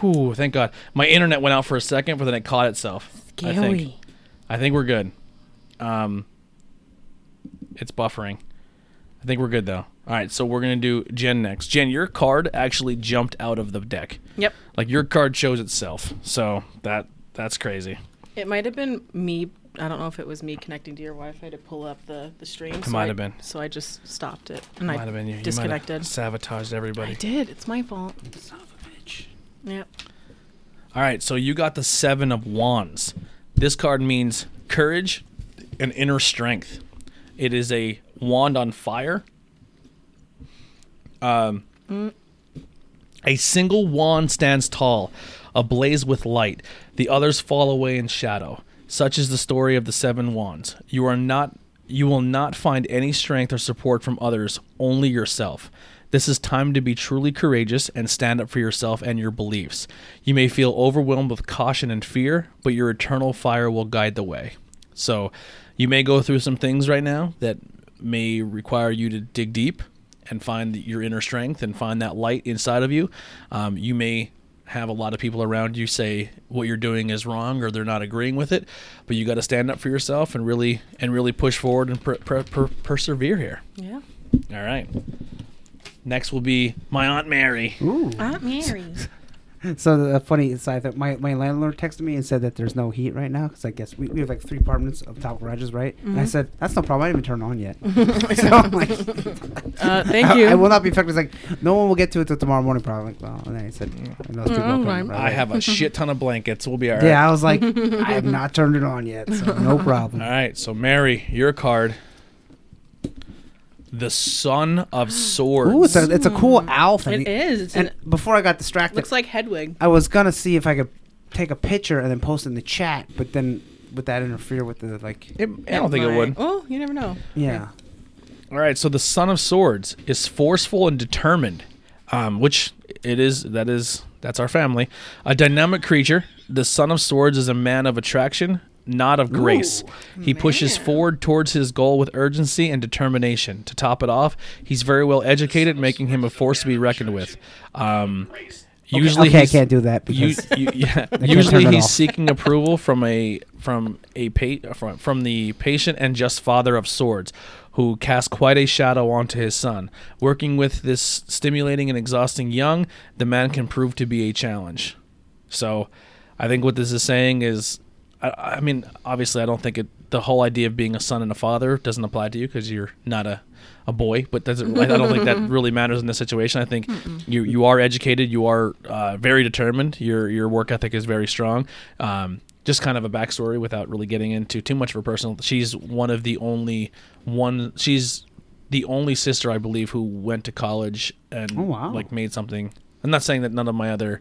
Whew, thank God. My internet went out for a second, but then it caught itself. I think. Scary. I think we're good. Um, it's buffering. I think we're good though. All right, so we're gonna do Jen next. Jen, your card actually jumped out of the deck. Yep. Like your card shows itself. So that that's crazy. It might have been me. I don't know if it was me connecting to your Wi-Fi to pull up the the stream. It might have been. So I just stopped it and might I have been you. You might have disconnected. sabotaged I everybody. did. It's my fault. Son of a bitch. Yep. All right, so you got the Seven of Wands. This card means courage and inner strength. It is a wand on fire. Um, A single wand stands tall, ablaze with light. The others fall away in shadow. Such is the story of the seven wands. You are not you will not find any strength or support from others, only yourself. This is time to be truly courageous and stand up for yourself and your beliefs. You may feel overwhelmed with caution and fear, but your eternal fire will guide the way. So, you may go through some things right now that may require you to dig deep and find your inner strength and find that light inside of you. Um, you may have a lot of people around you say what you're doing is wrong or they're not agreeing with it, but you got to stand up for yourself and really and really push forward and per- per- per- persevere here. Yeah. All right. Next will be my aunt Mary. Ooh. Aunt Mary. So the funny side that my, my landlord texted me and said that there's no heat right now because I guess we, we have like three apartments of top garages, right? Mm-hmm. And I said that's no problem. I didn't even turn it on yet. so I'm like, uh, thank you. I, will not be affected. It's like no one will get to it till tomorrow morning, probably. Like, well, and then he said, and those people Mm, come I'm- right I away. have a shit ton of blankets. We'll be all right. Yeah, I was like, I have not turned it on yet, so no problem. All right. So Mary, your card. The Son of Swords. Ooh, it's a, it's a cool owl thing. Mm. It is. It's And an, before I got distracted, looks like Hedwig. I was gonna see if I could take a picture and then post it in the chat, but then would that interfere with the like? It- I don't think it would. Oh, you never know. Yeah. All right, so the Son of Swords is forceful and determined, um, which it is. That is that's our family. A dynamic creature, the Son of Swords is a man of attraction, not of grace. he pushes Man. forward towards his goal with urgency and determination. To top it off, he's very well educated, making him a force to be reckoned with. Um, usually, okay, I he's- can't do that you, because you, yeah. turn Usually, it he's off. seeking approval from a from a pa- from, from the patient and just father of swords, who cast quite a shadow onto his son. Working with this stimulating and exhausting young, the man can prove to be a challenge. So, I think what this is saying is, I, I mean, obviously, I don't think it. The whole idea of being a son and a father doesn't apply to you because you're not a, a boy. But doesn't I don't think that really matters in this situation. I think you you are educated, you are uh, very determined. Your your work ethic is very strong. Um, just kind of a backstory without really getting into too much of her personal. She's one of the only one. She's the only sister I believe who went to college and wow. like made something. I'm not saying that none of my other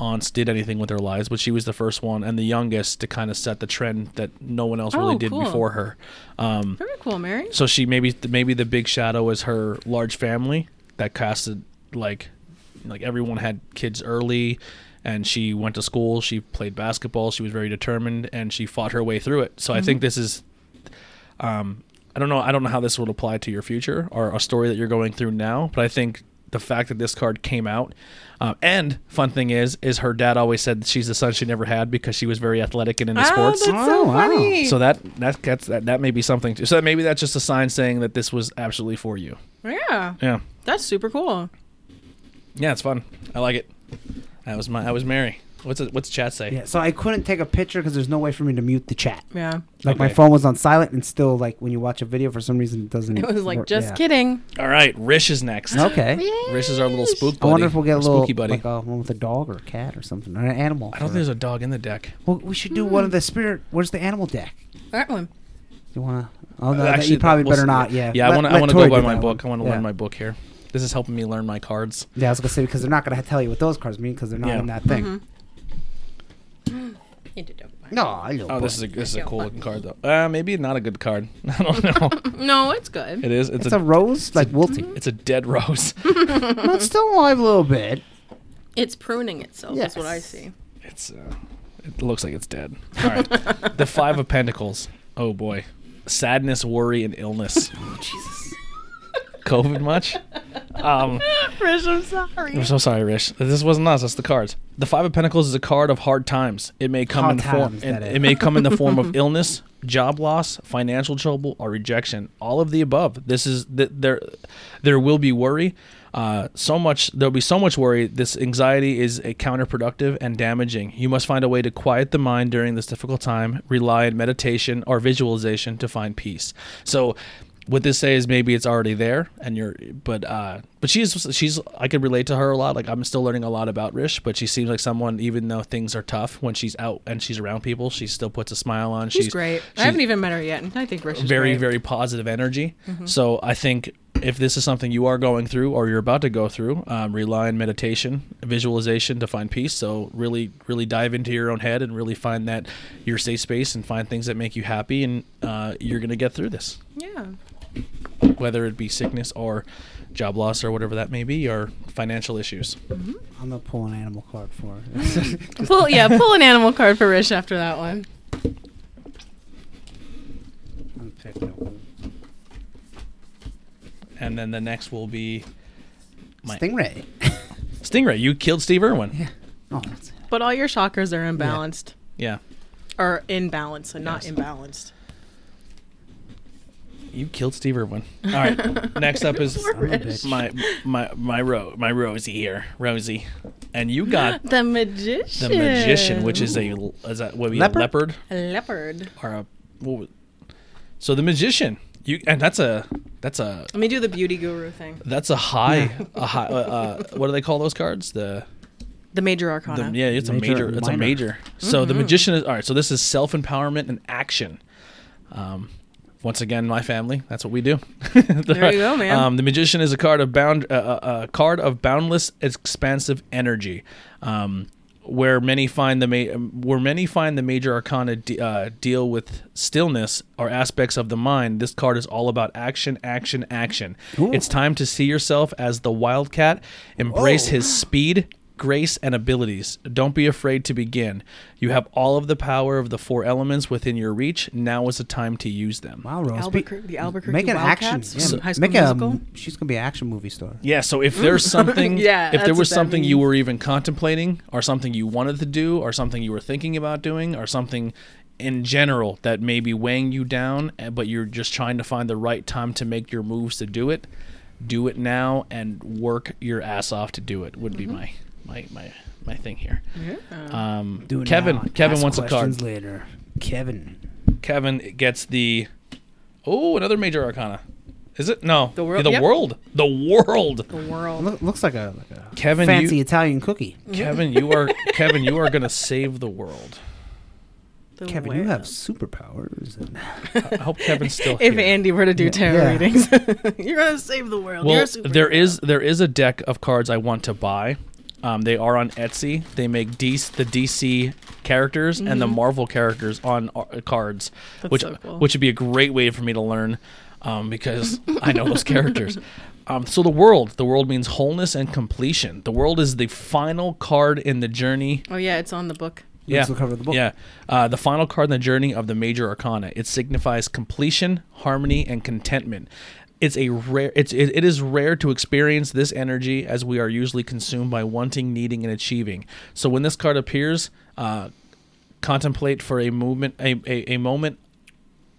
aunts did anything with their lives, but she was the first one and the youngest to kind of set the trend that no one else really Oh, did cool. before her. Um, Very cool, Mary. so she maybe maybe the big shadow is her large family that casted like like everyone had kids early and she went to school she played basketball she was very determined and she fought her way through it so i think Mm-hmm. this is um i don't know i don't know how this would apply to your future or a story that you're going through now but i think the fact that this card came out um, and fun thing is is her dad always said that she's the son she never had because she was very athletic and into Oh, sports that's so Oh, wow. funny. so that that that's, that that may be something too. So that maybe that's just a sign saying that this was absolutely for you. yeah, Yeah, that's super cool. yeah, it's fun. I like it. That was my. I was Mary. What's it, what's chat say? Yeah, so I couldn't take a picture because there's no way for me to mute the chat. Yeah, Like my Okay. phone was on silent, and still, like when you watch a video, for some reason it doesn't. it was like work. just Yeah. kidding. All right, Rish is next. Okay. Rish is our little spook. I Buddy, wonder if we'll get a our little spooky buddy. like uh, one with a dog or a cat or something or an animal. I don't think for- there's a dog in the deck. Well, we should do one of the spirit. Where's the animal deck? That one. You want to? Oh no, Uh, Actually, you probably we'll better see. not. Yeah. Yeah, Let- I want to. I let want to Tori go by do my that one. book. I want to yeah. learn my book here. This is helping me learn my cards. Yeah, I was gonna say because they're not gonna tell you what those cards mean because they're not Yeah. in that thing. Mm-hmm. You did it. No, I know. Oh, this is a this is a cool looking card though. Uh, maybe not a good card. I don't know. No, it's good. it is. It's, It's a, a rose, like wilting. It's a dead rose. no, it's still alive a little bit. It's pruning itself. Is what I Yes. see. It's uh, it looks like it's dead. All right. the Five of Pentacles. Oh boy. Sadness, worry, and illness. Jesus. COVID much? Um, Rish, I'm sorry. I'm so sorry, Rish. This wasn't us. That's the cards. The Five of Pentacles is a card of hard times. It may come Hard in form. times, It, that it is. may come in the form of illness, job loss, financial trouble, or rejection. All of the above. This is th- there. There will be worry. Uh, so much there'll be so much worry. This anxiety is a counterproductive and damaging. You must find a way to quiet the mind during this difficult time. Rely on meditation or visualization to find peace. So, what this says maybe it's already there, and you're but uh, but she's she's I could relate to her a lot. Like I'm still learning a lot about Rish, but she seems like someone even though things are tough when she's out and she's around people, she still puts a smile on. She's, great. I haven't even Mm-hmm. met her yet, and I think Rish is very great. very positive energy. So I think if this is something you are going through or you're about to go through, um, rely on meditation, visualization to find peace. So really really dive into your own head and really find that your safe space and find things that make you happy, and uh, you're gonna get through this Yeah. whether it be sickness or job loss or whatever that may be or financial issues. I'm gonna pull an animal card for her. Pull yeah, pull an animal card for Rish after that one. I'm picking up one. And then the next will be My- Stingray. Stingray. You killed Steve Irwin. Yeah. Oh, that's- But all your chakras are imbalanced. Or in balance and not Yes. imbalanced. You killed Steve Irwin. All right. next up is Poor a Rish. bitch. my my my ro my Rosie here, Rosie, and you got The magician. the magician, which is a is that what would be a Leopard? leopard a leopard. or a what would- so the magician. You and that's a that's a Let me do the beauty guru thing. that's a high a high uh, uh, what do they call those cards the The major The- arcana. yeah, it's a Major major. and It's a minor. major. So the Mm-hmm. magician is all right. So this is self empowerment and action. Um, once again, my family. That's what we do. There you go, man. Um, the magician is a card of bound, a uh, uh, card of boundless, expansive energy. Um, where many find the ma- um, where many find the major arcana de- uh, deal with stillness or aspects of the mind. This card is all about action, action, action. It's time to see yourself as the wildcat, embrace his speed, grace, and abilities. Don't be afraid to begin. You have all of the power of the four elements within your reach. Now is the time to use them. wow, Rose. be- Albuquerque, the Albuquerque Make an action. Wildcats Yeah, from High School make Musical. a. She's gonna be an action movie star. Yeah, so if there's something, Yeah, if there that's was what that something you means. were even contemplating, or something you wanted to do, or something you were thinking about doing, or something in general that may be weighing you down, eh, but you're just trying to find the right time to make your moves to do it, do it now and work your ass off to do it. Would be Mm-hmm. my my my my thing here. Um, Do it Kevin, now and Kevin ask wants a card. questions Later, Kevin. Kevin gets the oh another major arcana. Is it no The world- The yep. world. The world. The world. Look, looks like a, like a Kevin, fancy you, Italian cookie. Kevin, you are Kevin. You are gonna save the world. The Kevin, you world. have superpowers. And I hope Kevin's still If here. Andy were to do tarot Yeah. readings, you're gonna save the world. well, you're a there superhero. is there is a deck of cards I want to buy. Um, they are on Etsy. They make D- the DC characters and the Marvel characters on uh, cards, Mm-hmm. That's which so cool. which would be a great way for me to learn, um, because I know those characters. Um, so the world, the world means wholeness and completion. The world is the final card in the journey Oh yeah, it's on the book. yeah. It's the cover of the book. Yeah. Uh, the final card in the journey of the major arcana. It signifies completion, harmony, and contentment. It's a rare it's it, it is rare to experience this energy as we are usually consumed by wanting, needing, and achieving. So when this card appears, uh, contemplate for a movement a, a, a moment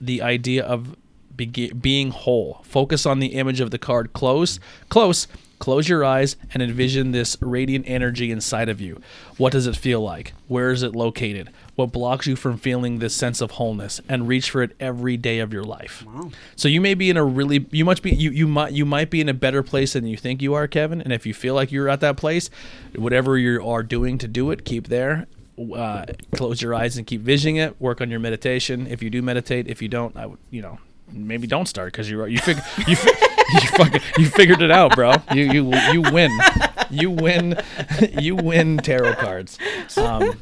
the idea of begi- being whole. Focus on the image of the card close, close, close your eyes and envision this radiant energy inside of you. What does it feel like? Where is it located? What blocks you from feeling this sense of wholeness and reach for it every day of your life? So you may be in a really you must be you you might you might be in a better place than you think you are, Kevin, and if you feel like you're at that place, whatever you are doing to do it, keep there uh, close your eyes and keep visioning it. Work on your meditation. If you do meditate, if you don't, I would, you know, maybe don't start because you you fig- you fi- you, fucking, you figured it out, bro. You you you win. You win. You win tarot cards. Um,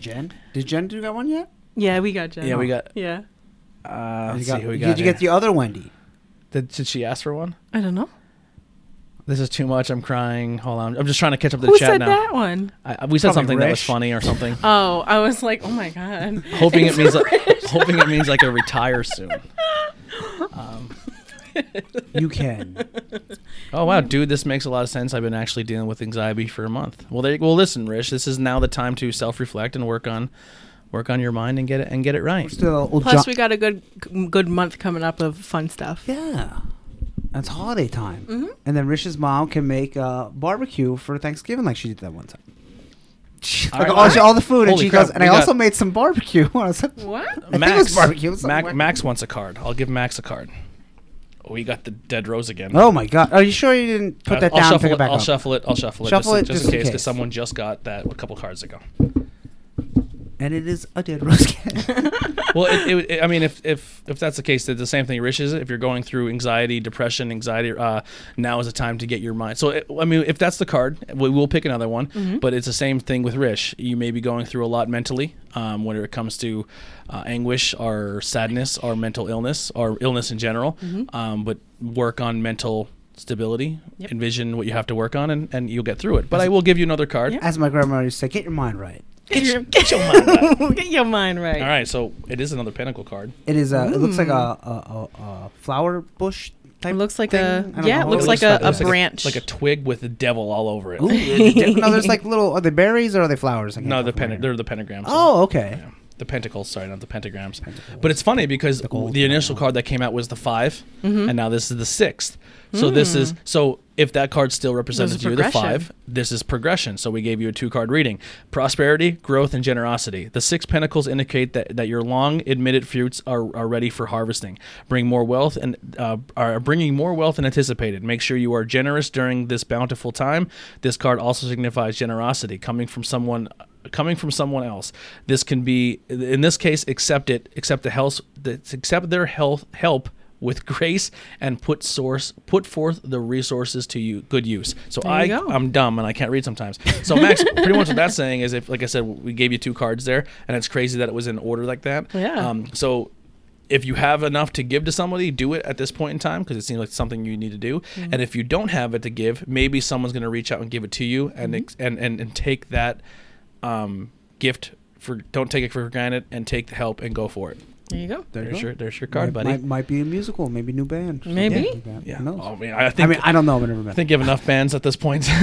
Jen, did Jen do got one yet? Yeah, we got Jen. yeah, we got. Yeah. Uh, let's You got- see who we did got. you get here. the other Wendy? did, did she ask for one? I don't know. This is too much. I'm crying. Hold on. I'm just trying to catch up to the Who chat said now. that one? I, I- we said Probably something that was Rish. funny or something. Oh, I was like, oh my god. hoping it means like, hoping it means like I retire soon. You can. Oh wow, dude, this makes a lot of sense. I've been actually dealing with anxiety for a month. Well, there, well, listen, Rich, this is now the time to self-reflect and work on, work on your mind and get it and get it right. Still, old Plus, Jo- we got a good good month coming up of fun stuff. Yeah. That's holiday time. Mm-hmm. And then Rich's mom can make uh, barbecue for Thanksgiving like she did that one time. All Like, right, all, she, all the food, and Holy she crap, goes, and I we got- also made some barbecue. I was like, What? I think it was barbecue. It was Mac- something- Max wants a card. I'll give Max a card. Oh, you got the dead rose again. Oh my god! Are you sure you didn't put Uh, that I'll down? and shuffle Pick it. it back I'll up. shuffle it. I'll shuffle it. Shuffle just, it just just in in case, because case. someone just got that a couple cards ago. And it is a dead rose can. well, it, it, it- I mean, if if if that's the case, that the same thing riches. If you're going through anxiety, depression, anxiety, uh, now is the time to get your mind. So, it, I mean, if that's the card, we will pick another one. But it's the same thing with Rish. You may be going through a lot mentally, um, whether it comes to uh, anguish or sadness or mental illness or illness in general. Um, but work on mental stability. Envision what you have to work on, and, and you'll get through it. But I will give you another card. As my grandma used to say, get your mind right. Get your, get your mind right. get your mind right. All right, so it is another pentacle card. It is a. It looks like a, a, a, a flower bush type. It looks like thing. a- I don't yeah, it know. looks It like fun. a- It looks branch. like a twig with the devil all over it. Ooh, the di- no, there's like little. Are they berries or are they flowers? I can't No, tell the from pen- right they're the pentagrams. Oh, okay. Yeah. The pentacles, sorry, not the pentagrams. But it's funny because the initial card that came out was the 5 Mm-hmm. and now this is the sixth. So this is so if that card still represented Hmm. There's a you the progression. five, this is progression. So we gave you a two card reading: prosperity, growth, and generosity. The six pentacles indicate that, that your long admitted fruits are, are ready for harvesting. Bring more wealth and uh, are bringing more wealth than anticipated. Make sure you are generous during this bountiful time. This card also signifies generosity coming from someone coming from someone else. This can be in this case accept it accept the health accept their health help with grace and put source put forth the resources to you good use. So I you go. I'm dumb and I can't read sometimes. So Max, pretty much what that's saying is if like I said we gave you two cards there and it's crazy that it was in order like that. Yeah. Um, so if you have enough to give to somebody, do it at this point in time because it seems like something you need to do. And if you don't have it to give, maybe someone's going to reach out and give it to you and ex- and, and and take that um, gift for don't take it for granted and take the help and go for it. There you go. There you There's go. your there's your card, might, buddy. Might, might be a musical, maybe new band. something Maybe. like that. yeah. Who knows? Oh, man, I I think mean, I don't know. I've never met. I think you have enough bands at this point. I,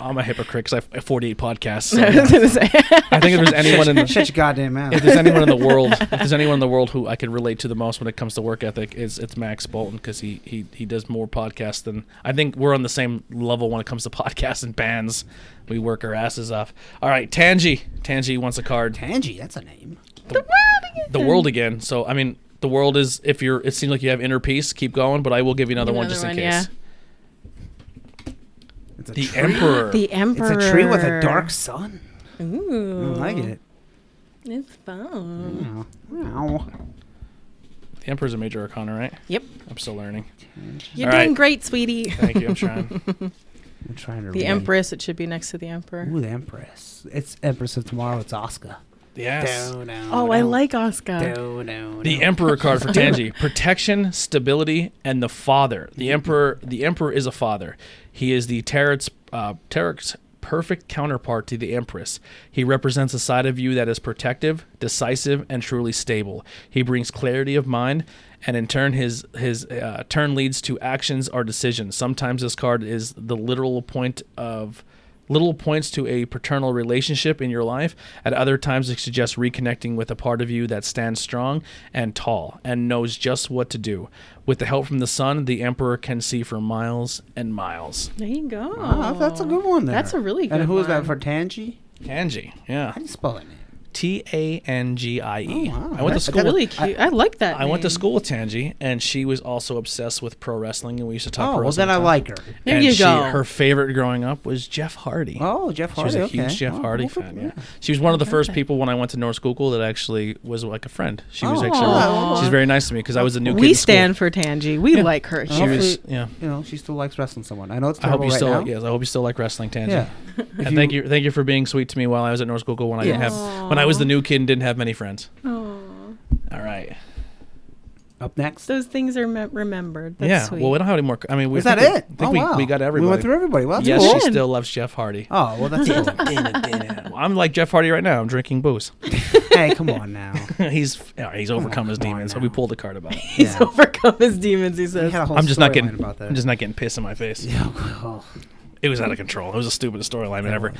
am a hypocrite because I have 48 podcasts. so- I was gonna say. I think if there's anyone in the, Shut your goddamn mouth. if there's anyone in the world if there's anyone in the world who I could relate to the most when it comes to work ethic is it's Max Bolton because he, he he does more podcasts than I think we're on the same level when it comes to podcasts and bands. We work our asses off. All right, Tangy Tangy wants a card. Angie, that's a name. the Hmm. world again. So I mean, the world is if you're. It seems like you have inner peace. Keep going, but I will give you another, one Another just in one, yeah. case. It's a The tree. Emperor. The It's emperor. a tree with a dark sun. I Ooh. like it. It's fun. Ow. Ow. the Emperor's a major arcana, right? Yep. I'm still learning. You're All right. doing great, sweetie. Thank you. I'm trying. I'm trying to The remember. Empress. It should be next to the Emperor. Ooh, the Empress. It's Empress of Tomorrow. It's Oscar. Yes. oh, I like Oscar. Oh, The Emperor card for Tanji: protection, stability, and the Father. The Emperor, the Emperor is a father. He is the Tarek's, uh, Tarek's perfect counterpart to the Empress. He represents a side of you that is protective, decisive, and truly stable. He brings clarity of mind, and in turn, his his uh, turn leads to actions or decisions. Sometimes this card is the literal point of little points to a paternal relationship in your life. At other times, it suggests reconnecting with a part of you that stands strong and tall and knows just what to do. With the help from the sun, the emperor can see for miles and miles. There you go. Oh, that's a good one. There. That's a really good And who is that one. for? Tanji. Tangi, yeah, How do you spell it? man? T A N G I E. Oh, wow. I went to That's school. With, Really cute. I, like that. I went to name. school with Tangi, and she was also obsessed with pro wrestling, and we used to talk. Oh, pro well, wrestling then I all the like her. time. There and you she- go. Her favorite growing up was Jeff Hardy. Oh, Jeff Hardy. She was a okay. huge Jeff Oh, Hardy well, good- fan. Yeah. she was one of the first people when I went to North Schuylkill that actually was like a friend. She was Oh. actually Aw. she's very nice to me because I was a new. kid We in school. stand for Tangi. We like her. She She, was Hopefully- yeah. You know, she still likes wrestling someone. I know it's I hope terrible you right still now. yes. I hope you still like wrestling, Tangi. Yeah. If And thank you thank you for being sweet to me while I was at North Schuylkill when I didn't Yes. have when I was the new kid and didn't have many friends. All right. Up next. those things are me- remembered. That's yeah. sweet. Well, we don't have any more. I mean, we Is that think we- it? think Oh, we, wow. we got We everybody. went through everybody. Well, that's yes, cool. she still loves Jeff Hardy. Oh, well, that's cool. Well, I'm like Jeff Hardy right now. I'm drinking booze. hey, come on now. he's he's overcome his come on demons. So now. we pulled a card about. it. he's Yeah. overcome his demons. He We says. had a whole I'm just not storyline getting about that. I'm just not getting pissed in my face. Yeah, well, It was out of control. It was the stupidest storyline ever.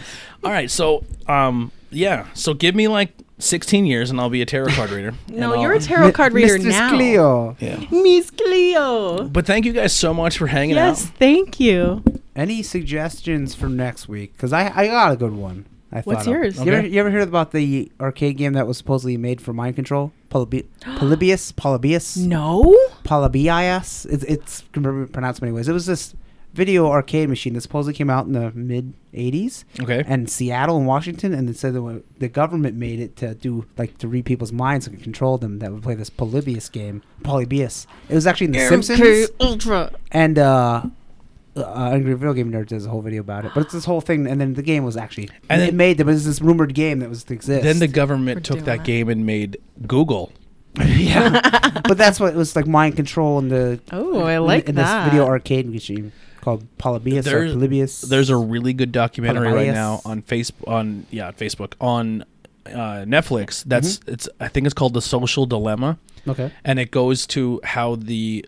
All right, so um, yeah, so give me like 16 years and I'll be a tarot card reader. No, And you're I'll- a tarot card reader Mistress now. Cleo. Yeah. Miss Cleo. But thank you guys so much for hanging Yes, out. thank you. Any suggestions for next week? Because I, I got a good one. I What's thought of. yours? You, ever, Okay. you ever heard about the arcade game that was supposedly made for mind control? Polybi- Polybius? Polybius? No. Polybius? It's, it's can be pronounced many ways. It was this video arcade machine that supposedly came out in the mid 80s. Okay. and Seattle and Washington, and it said that when the government made it to do like to read people's minds and control them. That would play this Polybius game, Polybius. It was actually in The Simpsons Ultra. and uh, uh, Angry Video Game Nerd does a whole video about it. But it's this whole thing, and then the game was actually And it then- made there was this rumored game that was to exist. Then the government took doing that that. game and made Google. yeah, but that's what it was like mind control and the Oh, I like in, that. this video arcade machine called Polybius There's- or Polybius. There's a really good documentary right Polybius. now on Facebook on yeah, on Facebook on uh, Netflix. That's it's I think it's called The Social Dilemma. okay. and it goes to how the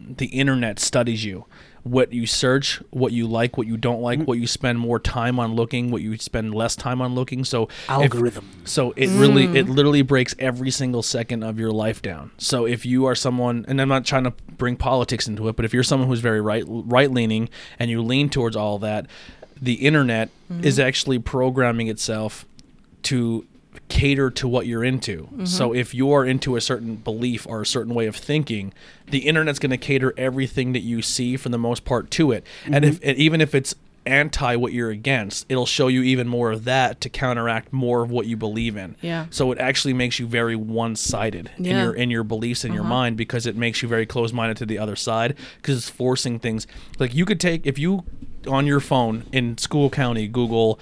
the internet studies you what you search what you like what you don't like what you spend more time on looking what you spend less time on looking so if- Algorithm. so it really it literally breaks every single second of your life down so if you are someone and i'm not trying to bring politics into it but if you're someone who's very right right leaning and you lean towards all that the internet is actually programming itself to cater to what you're into. So if you're into a certain belief or a certain way of thinking, the internet's going to cater everything that you see for the most part to it. And if and even if it's anti what you're against, it'll show you even more of that to counteract more of what you believe in. Yeah. So it actually makes you very one-sided in Yeah. your in your beliefs in Uh-huh. your mind because it makes you very closed-minded to the other side because it's forcing things. Like you could take if you on your phone in school county Google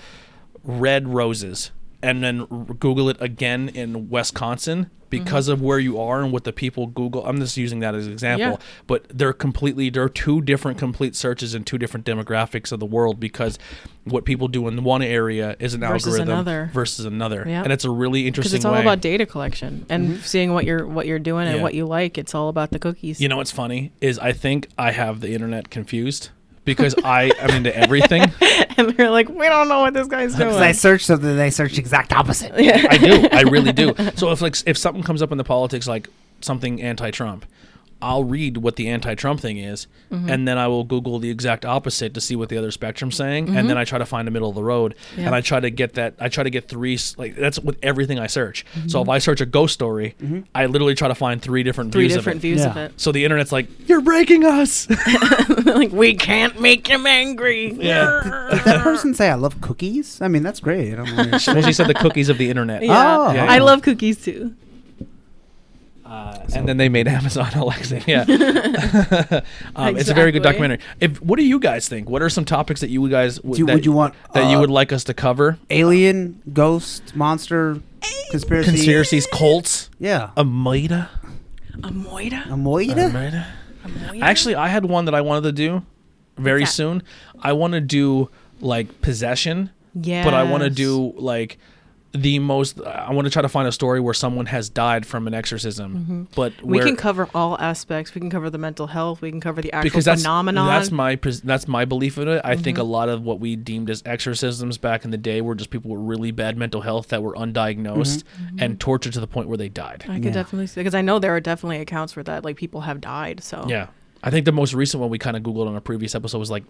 red roses and then r- google it again in wisconsin because of where you are and what the people google i'm just using that as an example Mm-hmm. Yeah. but they're completely they're two different complete searches in two different demographics of the world because what people do in one area is an Versus algorithm another. versus another Yeah. and it's a really Because interesting it's all way. Mm-hmm. about data collection and seeing what you're what you're doing and Yeah. what you like. It's all about the cookies. You know what's funny is I think I have the internet confused because I am into everything. and they're like, we don't know what this guy's doing. Because I searched something, and I searched exact opposite. I do. I really do. So if like s- if something comes up in the politics like something anti-Trump, I'll read what the anti-Trump thing is, Mm-hmm. and then I will Google the exact opposite to see what the other spectrum's saying, and then I try to find a middle of the road, and Mm-hmm. Yeah. I try to get that. I try to get three s- like that's with everything I search. So if I search a ghost story, I literally try to find three different Mm-hmm. Three views different of it. views of Yeah. it. So the internet's like, you're breaking us. like we can't make him angry. Yeah. Did that person say I love cookies? I mean, that's great. I don't know. well, she said the cookies of the internet. Yeah. Oh. Yeah. I love cookies too. Uh, and then they made Amazon Alexa. Yeah, um, it's a very good Exactly. documentary. If what do you guys think? What are some topics that you guys w- Do you- that, would you want, that you uh, would like us to cover? Alien, ghost, monster, conspiracy. Conspiracies, Um, cults, Yeah. a Maida. A moida? A moida? Maida? A moida? Actually, I had one that I wanted to do very What's that? soon. I want to do like possession, yeah. but I want to do like the most. I want to try to find a story where someone has died from an exorcism, but Mm-hmm. We where- can cover all aspects. We can cover the mental health. We can cover the actual because that's phenomenon. Mm-hmm. that's my pres- that's my belief in it. I think a lot of what we deemed as exorcisms back in the day were just people with really bad mental health that were undiagnosed Mm-hmm. and tortured to the point where they died. I could definitely see because I know there are definitely accounts for that. Like people have died. So Yeah. I think the most recent one we kind of googled on a previous episode was like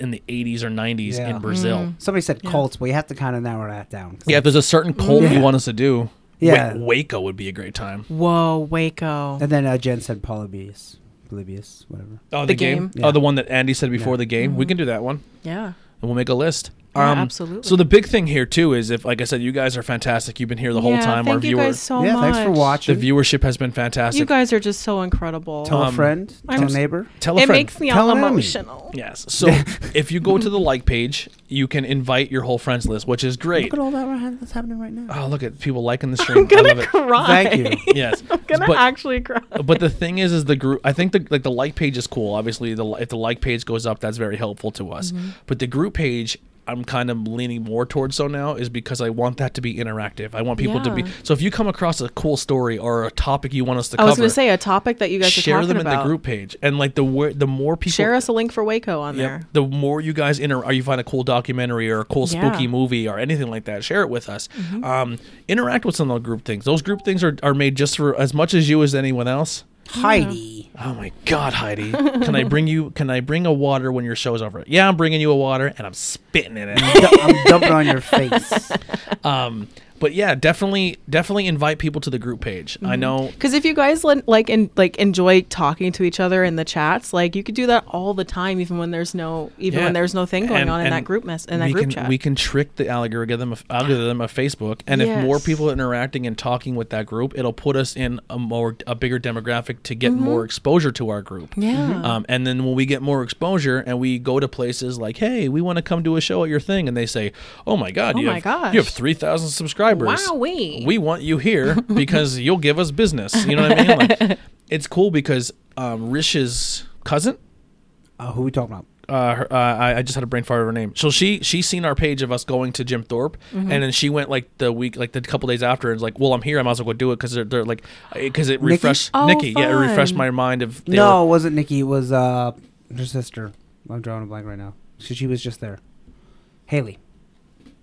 in the 80s or 90s Yeah. in Brazil. Mm-hmm. Somebody said cults, but you have to kind of narrow that down. 'cause Yeah, if there's a certain Mm-hmm. cult you want us to do, Yeah. Wa- Waco would be a great time. Whoa, Waco. And then uh, Jen said Polybius. Polybius, whatever. Oh, the, game. Yeah. Oh, the one that Andy said before the game. We can do that one. yeah. and we'll make a list. Um, Yeah, absolutely. So the big thing here too is if, like I said, you guys are fantastic. You've been here the whole yeah, time. Thank Our you viewer, guys so yeah, much. thanks for the watching. viewership has been fantastic. You guys are just so incredible. tell a um, friend, I'm tell a s- neighbor. Tell a it friend. makes me Tell all an enemy. emotional. yes. So if you go to the like page, you can invite your whole friends list, which is great. Look at all that right- that's happening right now. Oh, look at people liking the stream. I'm gonna I love cry. Thank you. it. Yes. I'm gonna But- actually cry. but the thing is, is the group. I think the like the like page is cool. Obviously, the li- if the like page goes up, that's very helpful to us. Mm-hmm. But the group page, I'm kind of leaning more towards so now, is because I want that to be interactive. I want people to be. Yeah. So if you come across a cool story or a topic you want us to I cover, was gonna say a topic that you guys are share talking them in about. the group page, and like the wor- the more people Share us a link for Waco on Yep. there. The more you guys inter, or you find a cool documentary or a cool spooky Yeah. movie or anything like that, share it with us. Um, interact with some of those group things. Those group things are, are made just for as much as you as anyone else. Heidi. Oh my God, Heidi! Can I bring you? Can I bring a water when your show's over? Yeah, I'm bringing you a water, and I'm spitting in it. Du- I'm dumping on your face. um, but yeah, definitely, definitely invite people to the group page. I know. Because if you guys lin- like and like enjoy talking to each other in the chats, like you could do that all the time, even when there's no even yeah. when there's no thing going And- on in and that group mess in that we group can, chat. We can trick the algorithm of, algorithm of Facebook, and if more Yes. people are interacting and talking with that group, it'll put us in a more a bigger demographic to get more exposure to our group. Mm-hmm. yeah. Um, and then when we get more exposure and we go to places like, hey, we want to come to a show at your thing, and they say, oh my god, Oh you my have gosh. you have three thousand subscribers. Wowee. We want you here because you'll give us business. You know what I mean? Like, it's cool because um, Rish's cousin. Uh, who we talking about? Uh, her, uh, I, I just had a brain fart of her name. So she she seen our page of us going to Jim Thorpe, Mm-hmm. and then she went like the week, like the couple days after, and was like, "Well, I'm here. I might as well go do it because they're, they're like, because it refreshed Oh, Nikki. yeah, it refreshed fun. my mind of they No, were- it wasn't Nikki. It was uh, her sister. I'm drawing a blank right now. So she was just there. Haley.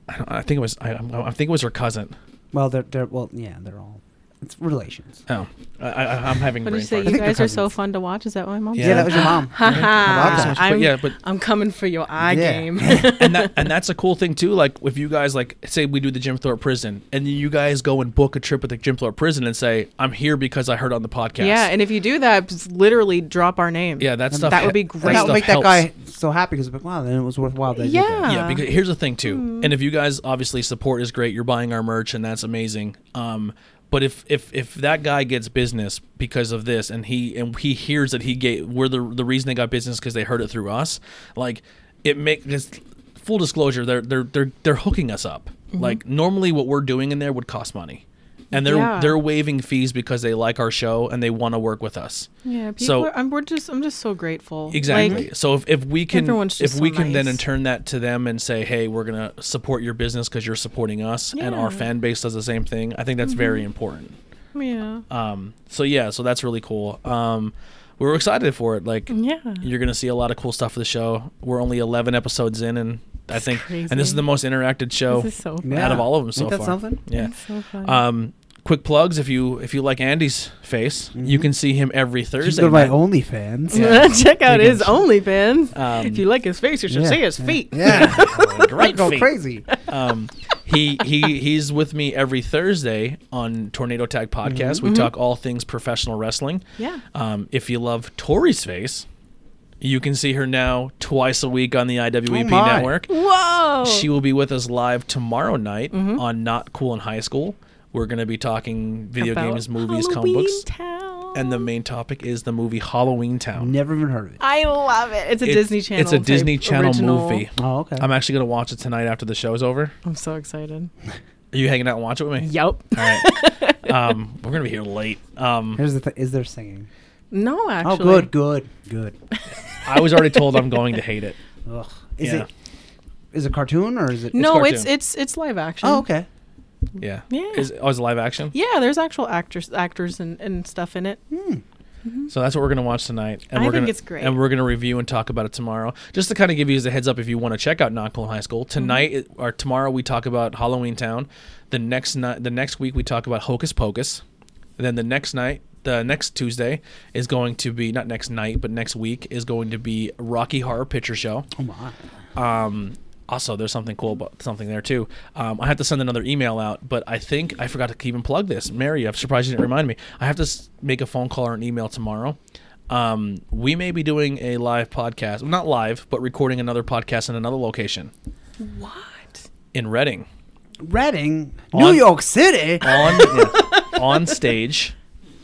I, don't- I think it was I, I I think it was her cousin. Well, they're, they're well, yeah, they're all. It's relations. Oh, I, I, I'm having what brain did you say? fart. You think they're guys are so cousins. fun to watch. Is that what my mom Yeah. Yeah, that was your mom. said? about that? Ha But I'm, yeah, but- I'm coming for your eye Yeah. game. and that and that's a cool thing too. Like if you guys like say we do the Jim Thorpe prison, and then you guys go and book a trip at the Jim Thorpe prison and say, "I'm here because I heard on the podcast." Yeah, and if you do that, just literally drop our name. yeah, that stuff. That would be And great. that stuff would make helps. that guy so happy because like, wow, then it was worthwhile. That I did that. Yeah. Mm-hmm. Yeah, because here's the thing too. And if you guys obviously support is great, you're buying our merch and that's amazing. Um but if if if that guy gets business because of this and he and he hears that he gave we're the the reason they got business cuz they heard it through us, like it make this full disclosure they're they're they're they're hooking us up. Mm-hmm. Like normally what we're doing in there would cost money. And they're Yeah. they're waiving fees because they like our show and they want to work with us. Yeah, people So- are, I'm, we're just I'm just so grateful. Exactly. Like, so if, if we can everyone's just if we so can then nice. in turn that to them and say, hey, we're gonna support your business because you're supporting us, and our Yeah. Mm-hmm. fan base does the same thing. I think that's very important. yeah. Um, so yeah, so that's really cool. Um, we were excited for it. Like, Yeah. you're gonna see a lot of cool stuff for the show. We're only 11 episodes in, and I think, and this is crazy. the most interacted show This is so Yeah. out of all of them so Ain't that far. something? Yeah. That's so funny. Um, quick plugs if you if you like Andy's face, you can see him every Just Thursday. Mm-hmm. go to my night. OnlyFans. Yeah. Check out You can his ch- OnlyFans. Um, if you like his face, you should Yeah. see his feet. Yeah, Great go feat. crazy. um, he he he's with me every Thursday on Tornado Tag Podcast. We talk all things professional wrestling. Mm-hmm. Yeah. Um, if you love Tori's face, you can see her now twice a week on the Oh IWEP my. network. Whoa. Mm-hmm. She will be with us live tomorrow night on Not Cool in High School. We're going to be talking video About games, movies, comic Halloween books. Town. And the main topic is the movie Halloween Town. Never even heard of it. I love it. It's a It- Disney Channel. It's a type Disney Channel original. movie. Oh, okay. I'm actually going to watch it tonight after the show's over. I'm so excited. Are you hanging out and watch it with me? Yup. All right. um, we're going to be here late. Um, Here's the thing: is there singing? No, actually. Oh, good, good, good. I was already told I'm going to hate it. Ugh. Is Yeah. it? Is it cartoon or is it? No, cartoon. it's it's it's live action. Oh, okay. Yeah. Yeah. Is, oh, is it live action? Yeah, there's actual actors actors and, and stuff in it. Hmm. So that's what we're gonna watch tonight. And I we're think gonna, it's great. And we're gonna review and talk about it tomorrow. Just to kind of give you as a heads up, if you want to check out Not Cool High Mm-hmm. School tonight it- or tomorrow, we talk about Halloween Town. The next night, the next week, we talk about Hocus Pocus. And then the next night, the next Tuesday is going to be not next night, but next week is going to be Rocky Horror Picture Show. Oh my. Um, also, there's something cool about something there too. Um, I have to send another email out, but I think I forgot to even plug this. Mary, I'm surprised you didn't remind me. I have to s- make a phone call or an email tomorrow. Um, we may be doing a live podcast, not live, but recording another podcast in another location What? in Reading Reading, New On- York City. on on stage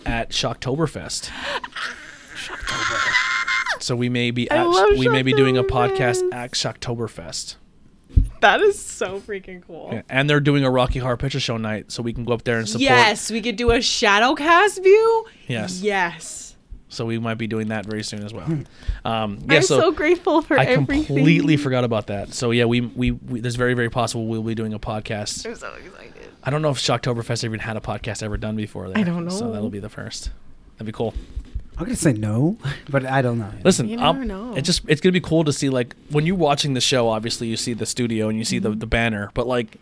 at Shocktoberfest. So we may be at, love we may be doing a podcast Shocktoberfest. at Shocktoberfest. That is so freaking cool. Yeah, and they're doing a Rocky Horror Picture Show night, so we can go up there and support. Yes, we could do a shadow cast view. Yes. Yes. So we might be doing that very soon as well. Um, yeah. Hmm. I'm so, so, grateful for I everything. completely forgot about that. So yeah, we, we we there's very very possible we'll be doing a podcast. I'm so excited. I don't know if Shocktoberfest even had a podcast ever done before. There, I don't So know. that'll be the first. That'd be cool. I'm gonna say no, but I don't know. Listen, You I'll- never know. It just it's gonna be cool to see like when you're watching the show. Obviously, you see the studio and you see the Mm-hmm. the banner, but like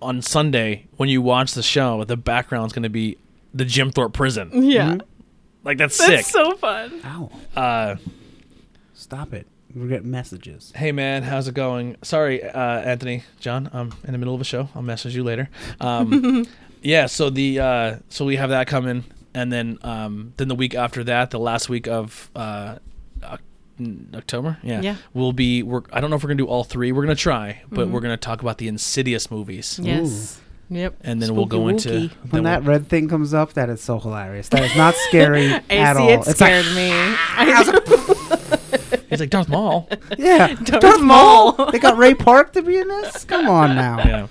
on Sunday when you watch the show, the background's gonna be the Jim Thorpe prison. Yeah. Like that's, Mm-hmm. sick. Mm-hmm. That's so fun. Ow! uh, Stop it. We're getting messages. hey man, how's it going? Sorry, uh, Anthony, John, I'm in the middle of a show. I'll message you later. Um, yeah, so the uh, so we have that coming, and then um, then the week after that, the last week of uh, Oc- mm, October, yeah, Yeah. we'll be. We're, I don't know if we're gonna do all three. We're gonna try, but we're gonna talk about the Insidious movies, Yes. Yep. and then we'll go into Spooky-wooky. then When that we'll- red thing comes up, that is so hilarious. That is not scary I at see all. it it's like, scared me. I he's like Darth Maul. yeah, Darth Darth Maul. Maul. they got Ray Park to be in this. Come on now. yeah.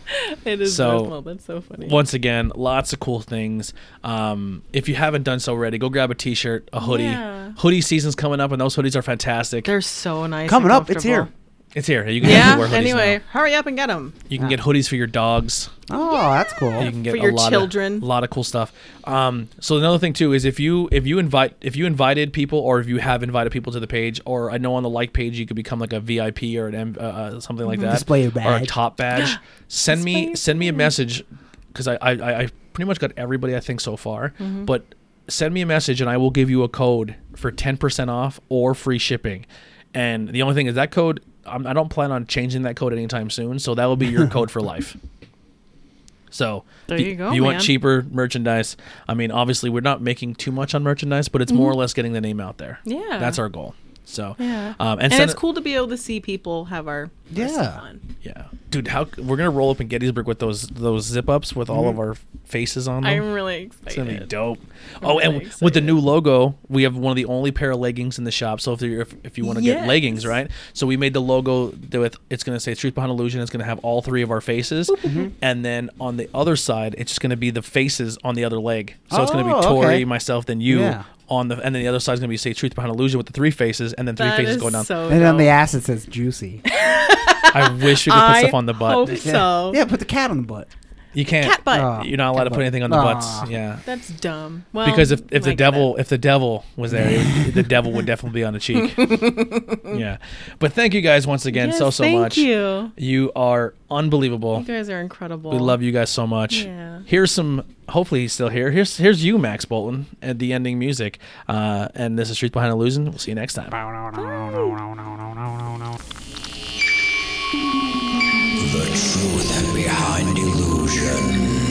it is So- normal. That's so funny. once again, lots of cool things. Um, if you haven't done so already, go grab a t-shirt, a hoodie. Yeah. Hoodie season's coming up, and those hoodies are fantastic. They're so nice. Coming and up, it's here. comfortable. it's here. You can Yeah. wear hoodies anyway, now. hurry up and get them. you can get hoodies for your dogs. Oh, that's You cool. can get For your a lot children. Of, lot of cool stuff. Um, so another thing too is if you if you invite if you invited people or if you have invited people to the page or I know on the like page you could become like a VIP or an M, uh, uh, something like that Display your or a badge. top badge. send Mm-hmm. Display me your send me a message because I, I I I pretty much got everybody I think so far, Mm-hmm. but send me a message and I will give you a code for ten percent off or free shipping. And the only thing is that code. I'm, I don't plan on changing that code anytime soon, so that will be your code for life. So There if you go, if You want man. cheaper merchandise? I mean, obviously, we're not making too much on merchandise, but it's more or less getting the name out there. Mm-hmm. Yeah. that's our goal. So Yeah. um, and and, send it's it- cool to be able to see people have our our Yeah. stuff on. Yeah, dude, how we're gonna roll up in Gettysburg with those those zip ups with all of our faces on them. I'm Mm-hmm. really It's gonna be excited. dope. oh, and really with the excited. new logo, we have one of the only pair of leggings in the shop. So if you if, if you want to get Yes. leggings, right? So we made the logo with it's gonna say "Truth Behind Illusion." It's gonna have all three of our faces, Mm-hmm. and then on the other side, it's just gonna be the faces on the other leg. So it's gonna Oh, be okay. Tori, myself, then you. Yeah. On the and then the other side's gonna be say truth behind illusion with the three faces and then three That faces is going down. so And on dope. the ass it says juicy. I wish we could put I stuff on the butt. hope Yeah. So yeah, put the cat on the butt. You can't. cat butt. Ah. Oh. Ah. You're not allowed to put anything on the Aw. butts. Yeah. That's dumb. Well, Because if, if the Um, like devil that. if the devil was there, it would- the devil would definitely be on the cheek. yeah, but thank you guys once again so Yes, so thank much. you. You are unbelievable. You guys are incredible. We love you guys so much. Yeah. Here's some. Hopefully he's still here. Here's here's you, Max Bolton, at the ending music. Uh, and this is Truth Behind Illusion. We'll see you next time. The truth behind illusion.